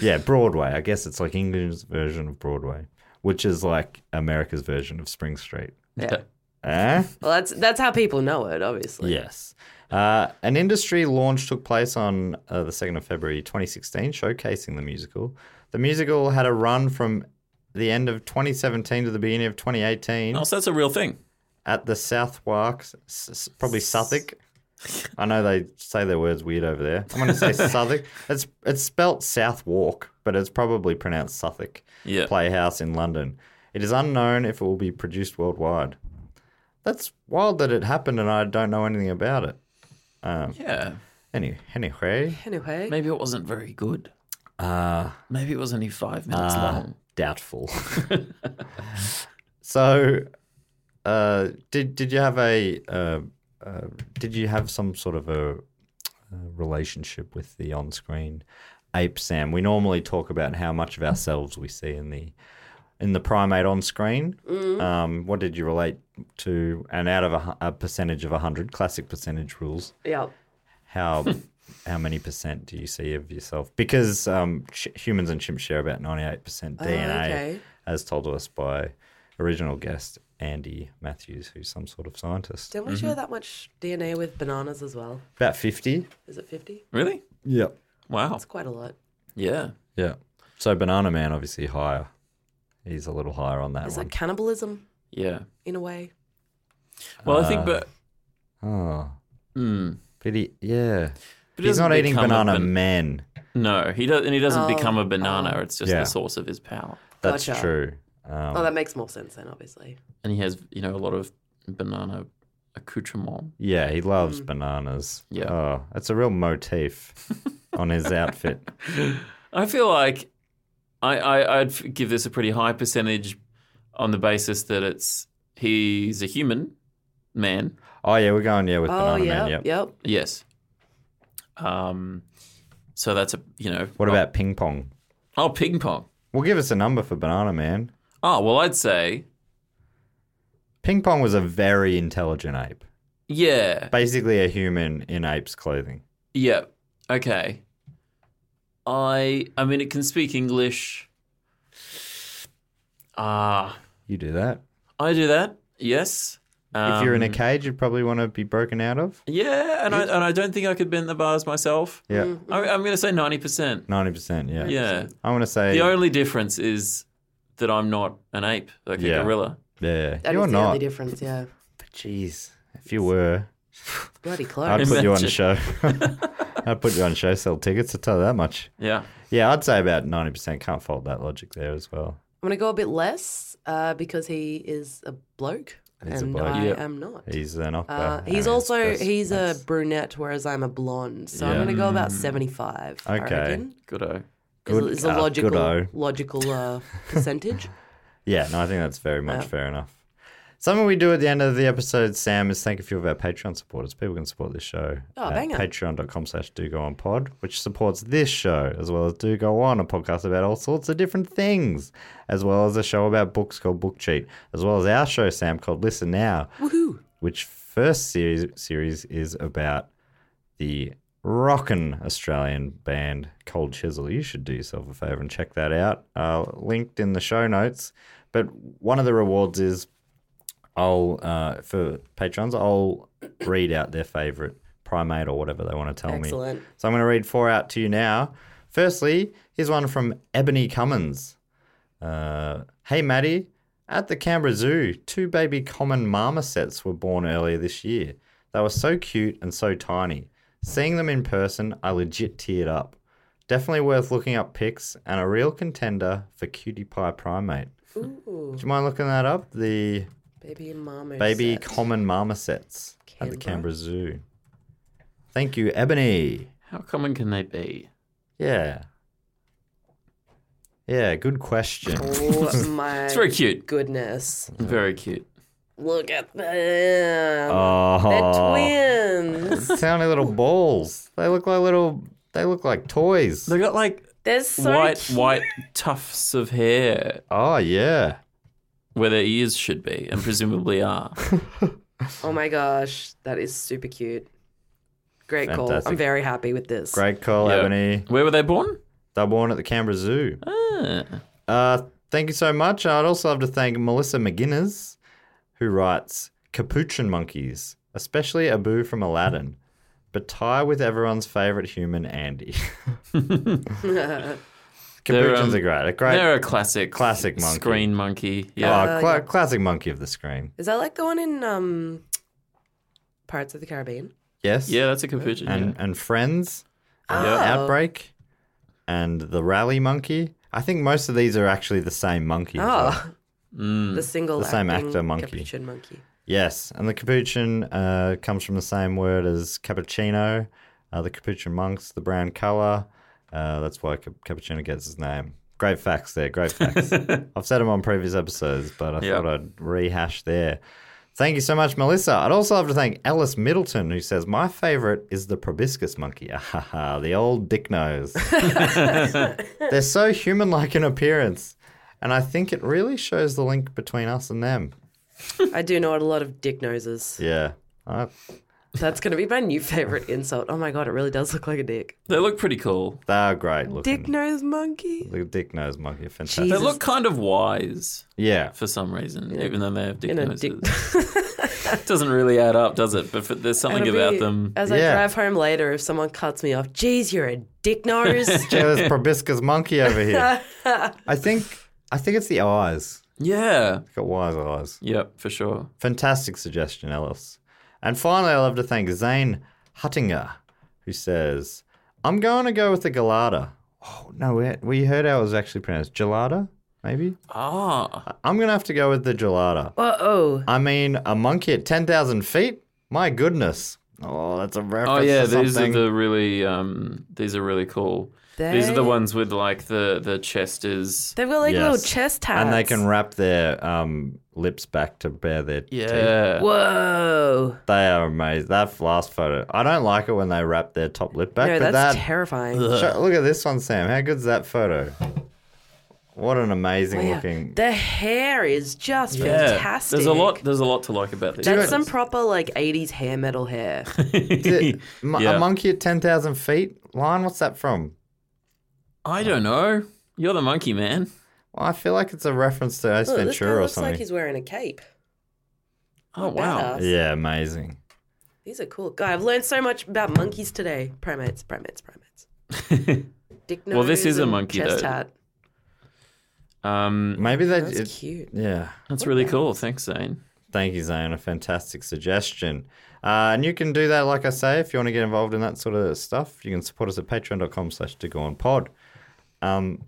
B: Yeah, Broadway. I guess it's like England's version of Broadway, which is like America's version of Spring Street.
E: Yeah.
B: Eh?
E: Well, that's that's how people know it, obviously.
B: Yes. Uh, an industry launch took place on uh, the 2nd of February 2016, showcasing the musical. The musical had a run from the end of 2017 to the beginning of 2018
D: Oh, so that's a real thing.
B: at the Southwark, s- s- probably Southwark. I know they say their words weird over there. I'm going to say Southwark. It's it's spelt Southwark, but it's probably pronounced Southwark.
D: Yeah.
B: Playhouse in London. It is unknown if it will be produced worldwide. That's wild that it happened and I don't know anything about it. Um,
D: Yeah.
B: Any anyway,
E: Anyway,
D: Maybe it wasn't very good.
B: uh,
D: Maybe it was only five minutes long.
B: doubtful. so, uh, did did you have a uh, uh, did you have some sort of a, uh relationship with the on screen ape Sam? We normally talk about how much of ourselves we see in the in the primate on screen. Um, what did you relate to? And out of a, hu- a percentage of hundred, classic percentage rules
E: yeah.
B: how how many percent do you see of yourself? Because um, sh- humans and chimps share about ninety eight percent DNA,
E: Oh, okay.
B: as told to us by original guest Andy Matthews, who's some sort of scientist.
E: Don't we
D: Mm-hmm.
E: share that much DNA with bananas as well?
B: About fifty.
E: Is it 50?
D: Really?
B: Yep.
D: Wow.
E: That's quite a lot.
D: Yeah.
B: Yeah. So Banana Man obviously higher. He's a little higher on that
E: Is
B: one.
E: that cannibalism
D: Yeah.
E: in a way?
D: Well, I
B: Uh,
D: think, but
B: oh,
D: mm,
B: but he, yeah,
D: But he
B: he's
D: doesn't
B: not eating
D: become a
B: Banana
D: ban-
B: Man.
D: no, he does, and he doesn't
E: Oh,
D: become a banana. It's just
B: Yeah.
D: the source of his power,
B: That's
E: Gotcha.
B: true. Um,
E: Oh, that makes more sense then, obviously.
D: and he has, you know, a lot of banana accoutrement.
B: Yeah, he loves
E: Hmm.
B: bananas.
D: Yeah.
B: Oh, it's a real motif on his outfit.
D: I feel like I, I I'd f- give this a pretty high percentage on the basis that it's he's a human man.
B: Oh yeah, we're going yeah with
E: Oh,
B: Banana
E: yeah.
B: Man. Yep.
E: Yep.
D: Yes. Um. So that's a you know
B: What about ping pong?
D: oh ping pong.
B: Well, give us a number for Banana Man.
D: Oh well, I'd say
B: Ping pong was a very intelligent ape,
D: yeah
B: basically a human in ape's clothing.
D: yeah okay. I I mean it can speak English. Ah,
B: You do that.
D: I do that. Yes.
B: if you're in a
D: Um,
B: cage, you'd probably want to be broken out of.
D: yeah, and I and I don't think I could bend the bars myself.
E: Mm.
B: Yeah,
D: I, I'm going to say ninety percent.
B: ninety percent. Yeah.
D: Yeah.
B: I want to say
D: The only difference is that I'm not an ape, like
B: Yeah.
D: a gorilla.
B: yeah.
E: That is
B: you're
E: the
B: not.
E: only difference, yeah.
B: But Jeez, if you were,
E: Bloody
B: I'd
E: close.
B: put you on
D: Imagine.
B: show. I'd put you on show. Sell tickets. I tell you that much.
D: Yeah.
B: Yeah, I'd say about ninety percent. Can't fault that logic there as well.
E: I'm going to go a bit less uh, because he is a bloke
B: He's a
E: and
B: bloke.
E: I
D: Yeah.
E: am not.
B: He's an opera.
E: Uh,
B: I
E: he's
B: mean,
E: also
B: that's-
E: he's a
B: that's-
E: brunette, whereas I'm a blonde. So
B: Yeah.
E: I'm going to go
D: Mm.
E: about 75. I
B: Okay.
E: reckon.
D: Good O.
E: Is,
B: Good-
E: is a
B: ah,
E: logical
B: good-o.
E: logical uh, percentage.
B: Yeah, no, I think that's very much fair enough. Something we do at the end of the episode, Sam, is thank a few of our Patreon supporters. People can support this show
E: Oh,
B: at
E: banger.
B: patreon.com slash do go on pod, which supports this show, as well as Do Go On, a podcast about all sorts of different things, as well as a show about books called Book Cheat, as well as our show, Sam, called Listen Now,
E: Woohoo!
B: which first series series is about the rockin' Australian band Cold Chisel. You should do yourself a favor and check that out. Uh, linked in the show notes. But one of the rewards is I'll uh, for patrons I'll read out their favorite primate or whatever they want to tell me.
E: Excellent.
B: So I'm going to read four out to you now. Firstly, here's one from Ebony Cummins. Uh, hey, Maddie. At the Canberra Zoo, two baby common marmosets were born earlier this year. They were so cute and so tiny. Seeing them in person, I legit teared up. Definitely worth looking up pics and a real contender for cutie pie primate.
E: Ooh,
B: Do you mind looking that up? The
E: baby and mama.
B: baby
E: set.
B: common marmosets at the
E: Canberra.
B: Canberra Zoo. Thank you, Ebony.
D: How common can they be?
B: Yeah. Yeah, good question.
E: Oh my
D: It's very cute.
E: goodness!
D: Very cute.
E: Look at them.
B: Oh,
E: They're twins.
B: tiny little balls. They look like little. They look like toys.
D: They got like
E: They're so
D: white
E: cute.
D: white tufts of hair
B: Oh yeah.
D: where their ears should be and presumably are.
E: Oh my gosh, that is super cute. Great call.
B: Fantastic.
E: I'm very happy with this.
B: Great call,
D: Yeah.
B: Ebony.
D: Where were they born?
B: They're born at the Canberra Zoo.
D: Ah.
B: Uh, thank you so much. I'd also love to thank Melissa McGuinness, who writes Capuchin monkeys, especially Abu from Aladdin, but tie with everyone's favorite human, Andy. Capuchins
D: um,
B: are great. A great
D: They're a classic,
B: Classic monkey.
D: screen monkey.
B: oh,
D: Uh, Yeah,
B: cla- classic monkey of the screen.
E: Is that like the one in um, Pirates of the Caribbean?
B: Yes.
D: yeah, Uh, that's a capuchin.
B: And
D: yeah.
B: and friends. and
E: Oh.
B: Outbreak. And the rally monkey. I think most of these are actually the same monkey. as well.
E: Oh, the single
B: The same
E: acting
B: actor monkey.
E: capuchin monkey.
B: Yes, and the capuchin uh, comes from the same word as cappuccino. Uh, the capuchin monks, the brown color. Uh, that's why cap- cappuccino gets his name. Great facts there. Great facts. I've said them on previous episodes, but I
D: Yeah.
B: thought I'd rehash there. Thank you so much, Melissa. I'd also have to thank Ellis Middleton, who says, My favorite is the proboscis monkey. Ahaha, the old dick nose. They're so human like in appearance. And I think it really shows the link between us and them.
E: I do know a lot of dick noses.
B: Yeah. I-
E: That's going to be my new favorite insult. Oh my god, it really does look like a dick.
D: They look pretty cool.
B: They are great looking.
E: Dick nose monkey.
B: The dick nose monkey, fantastic.
D: They
E: Jesus.
D: look kind of wise
B: Yeah,
D: for some reason, even though they have dick
E: In a
D: noses.
E: dick.
D: Doesn't really add up, does it? But for, there's something
E: It'll
D: about
E: be- uh,
D: them.
E: As
B: Yeah.
E: I drive home later, if someone cuts me off, geez, you're a dick nose.
B: yeah, there's proboscis monkey over here. I think I think it's the eyes.
D: Yeah.
B: It's got wise eyes.
D: Yep, for sure.
B: Fantastic suggestion, Ellis. And finally, I'll have to thank Zane Huttinger, who says, "I'm going to go with the Galata." Oh no, we, we heard how it was actually pronounced Gelada, maybe.
D: Ah,
B: I'm gonna have to go with the Gelada.
E: uh oh.
B: I mean, a monkey at ten thousand feet. My goodness. Oh, that's a reference.
D: oh yeah.
B: to something.
D: These are the really, um, these are really cool. These are
E: They-
D: the ones with like the the chest is.
E: They've got like little
B: Yes.
E: chest tabs.
B: And they can wrap their um, lips back to bare their teeth.
D: Yeah.
E: Whoa.
B: They are amazing. That last photo. I don't like it when they wrap their top lip back,
E: No,
B: but
E: that's
B: that.
E: terrifying.
B: Sure, look at this one, Sam. How good's that photo? What an amazing
E: Oh, Yeah.
B: looking.
E: The hair is just
D: Yeah.
E: fantastic.
D: There's a lot. There's a lot to like about these.
E: That's some proper like 80s hair metal hair.
B: Di- mo-
D: Yeah.
B: A monkey at 10,000 feet? Lion, what's that from?
D: I don't know. You're the monkey man.
B: Well, I feel like it's a reference to Ace
E: Look, Oh, this guy
B: Ventura or
E: looks like
B: something.
E: he's wearing a cape.
D: Oh
E: Badass.
D: wow.
B: yeah, amazing.
E: These are cool. God, I've learned so much about monkeys today. Primates, primates, primates. Dick nose
D: Well, this is a
E: and
D: monkey,
E: chest
D: though.
E: hat.
D: Um,
B: Maybe they.
E: Mm, That's
B: it-
E: cute.
B: Yeah.
D: that's really cool. Thanks, Zane.
B: Thank you, Zane. A fantastic suggestion. Uh, and you can do that, like I say, if you want to get involved in that sort of stuff. You can support us at patreon.com slash pod. Um,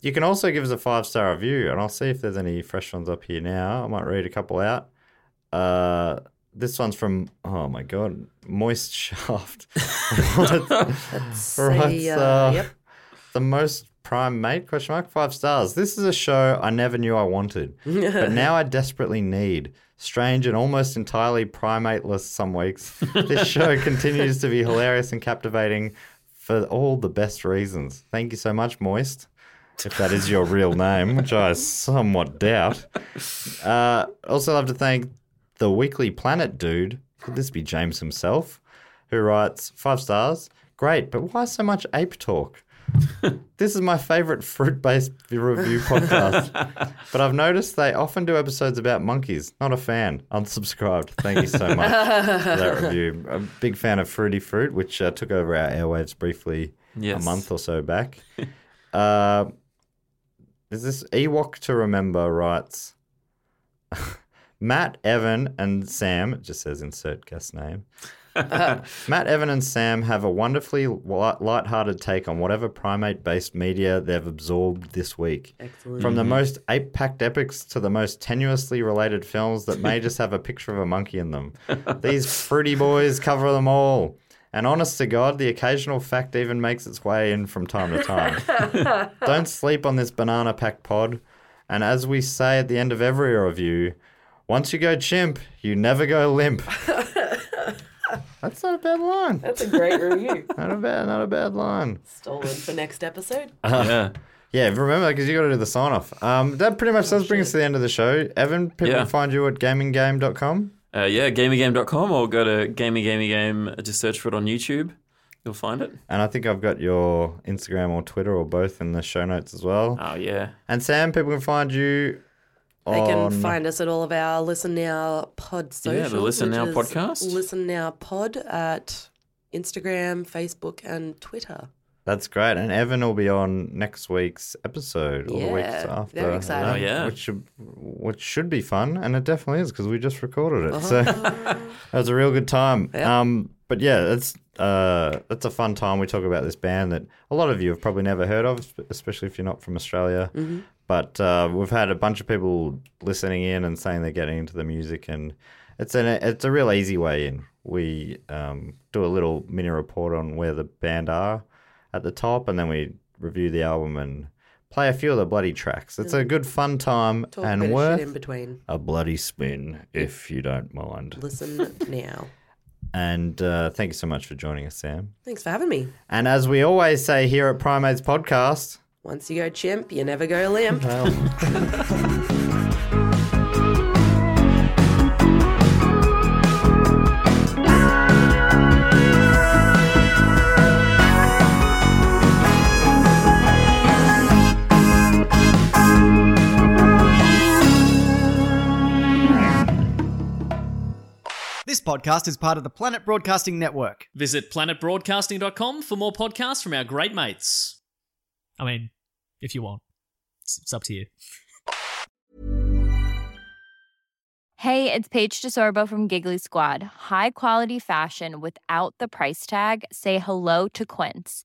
B: you can also give us a five-star review, and I'll see if there's any fresh ones up here now. I might read a couple out. Uh, this one's from, oh my God, Moist Shaft.
E: Say,
B: Right, so-
E: uh, yep.
B: the most prime mate question mark five stars this is a show i never knew i wanted but now i desperately need strange and almost entirely primateless some weeks this show continues to be hilarious and captivating for all the best reasons thank you so much moist if that is your real name which i somewhat doubt uh, also love to thank the Weekly Planet dude. Could this be James himself? Who writes five stars? Great, but why so much ape talk? this is my favorite fruit-based review podcast, but I've noticed they often do episodes about monkeys. Not a fan. Unsubscribed. Thank you so much for that review. I'm a big fan of Fruity Fruit, which uh, took over our airwaves briefly
D: Yes.
B: a month or so back. uh, is this Ewok to remember? Writes. Matt, Evan, and Sam, it just says insert guest name. "uh, Matt, Evan, and Sam have a wonderfully light- light-hearted take on whatever primate-based media they've absorbed this week.
E: Excellent.
B: From the most ape-packed epics to the most tenuously related films that may just have a picture of a monkey in them. These fruity boys cover them all. And honest to God, the occasional fact even makes its way in from time to time. Don't sleep on this banana pack pod. And as we say at the end of every review, once you go chimp, you never go limp. That's not a bad line.
E: That's a great review.
B: Not a bad, not a bad line.
E: Stolen for next episode.
D: yeah.
B: Yeah, remember because you got to do the sign off. Um, that pretty much does bring us to the end of the show. Evan, people
D: Oh, Yeah.
B: can find you at gaminggame.com.
D: Uh, yeah. Gamygame.com or go to gaming gaming game. Just search for it on YouTube. You'll find it.
B: And I think I've got your Instagram or Twitter or both in the show notes as well.
D: Oh yeah.
B: And Sam, people can find you.
E: They can
B: on-
E: find us at all of our Listen Now Pod social.
D: the Listen
E: which
D: Now
E: is
D: podcast.
E: Listen Now Pod at Instagram, Facebook, and Twitter.
B: That's great. And Evan will be on next week's episode or the weeks
E: Yeah,
B: after.
E: very excited.
D: Oh, yeah.
B: Which should, which should be fun. And it definitely is because we just recorded it. So
E: Uh-huh.
B: that was a real good time. Um, but yeah, it's, uh, it's a fun time. We talk about this band that a lot of you have probably never heard of, especially if you're not from Australia.
E: Mm-hmm.
B: But uh, we've had a bunch of people listening in and saying they're getting into the music, and it's an it's a real easy way in. We um, do a little mini report on where the band are at the top, and then we review the album and play a few of the bloody tracks. It's a good fun time
E: Mm-hmm. Talk a
B: and
E: bit of
B: worth
E: shit in between.
B: a bloody spin if you don't mind.
E: Listen now.
B: And uh, thank you so much for joining us, Sam.
E: Thanks for having me.
B: And as we always say here at Primates Podcast.
E: Once you go chimp, you never go limp.
C: This podcast is part of the Planet Broadcasting Network.
F: Visit planetbroadcasting.com for more podcasts from our great mates. I mean, if you want, it's, it's up to you.
G: Hey, it's Paige DeSorbo from Giggly Squad. High quality fashion without the price tag. Say hello to Quince.